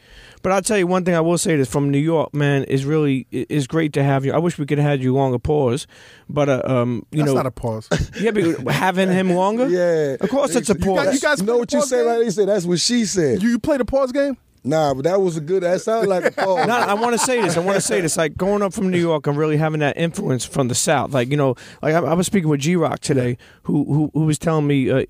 But I'll tell you one thing. I will say this from New York, man. Is really it- it's great to have you. I wish we could have had you longer pause, but uh, um, you That's know, not a pause. yeah, but having him longer, Yeah. of course it's a You pause. got- you got- guys know play what the you pause say game? right there? You said that's what she said. you, you play the pause game? nah, but that was a good. That sounded like a pause. No, no, I want to say this. I want to say this. Like growing up from New York and really having that influence from the South. Like you know, like I, I was speaking with G Rock today, who, who who was telling me uh,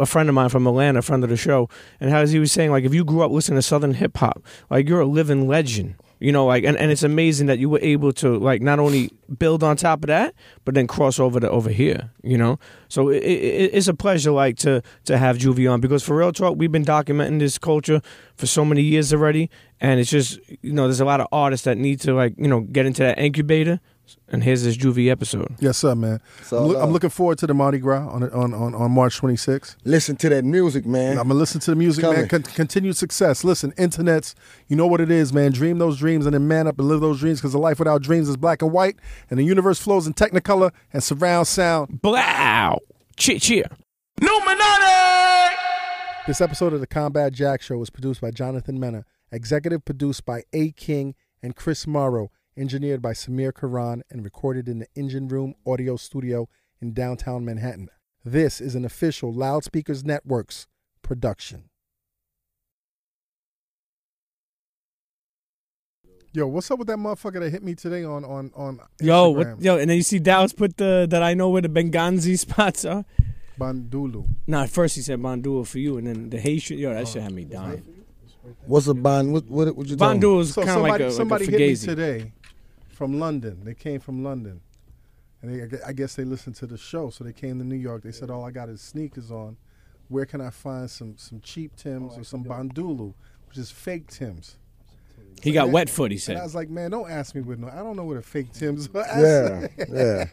a friend of mine from Atlanta, a friend of the show, and how he was saying like if you grew up listening to Southern hip hop, like you're a living legend. You know, like and, and it's amazing that you were able to like not only build on top of that, but then cross over to over here. You know, so it, it, it's a pleasure like to to have Juvie on because for real talk, we've been documenting this culture for so many years already, and it's just you know there's a lot of artists that need to like you know get into that incubator, and here's this Juvie episode. Yes, sir, man. all I'm, loo- love. I'm looking forward to the Mardi Gras on on on, on March 26th. Listen to that music, I'm man. gonna listen to the music, Coming. man. Con- continued success. Listen, internets, you know what it is, man. Dream those dreams and then man up and live those dreams because a life without dreams is black and white, and the universe flows in technicolor and surround sound. Blow, cheer, cheer. This episode of the Combat Jack Show was produced by Jonathan Mena, executive produced by A King and Chris Morrow, engineered by Samir Karan, and recorded in the Engine Room Audio Studio in downtown Manhattan. This is an official Loudspeakers Networks production. Yo, what's up with that motherfucker that hit me today on on on Yo, Instagram? what, yo, and then you see Dallas put the that I know where the Bengazi spots are. Bandulu. Nah, at first he said Bandua for you, and then the Haitian. Yo, that shit had me dying. What's a bond? What what would you? Von talking- Duel is So kind of somebody, like a, like somebody a hit me fugazi. today from London. They came from London, and they, I gue- I guess they listened to the show, so they came to New York. They said, "All I got is sneakers on. Where can I find some some cheap Tims Oh, or some Bandulu, which is fake Tims?" He got Yeah. wet foot. He And I said. was like, "Man, don't ask me what no. I don't know what a fake Tims." Are. Yeah, yeah.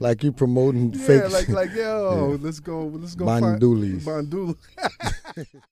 like you promoting yeah, fake. like like yo, let's go, let's go find Bandulis. Bandulu.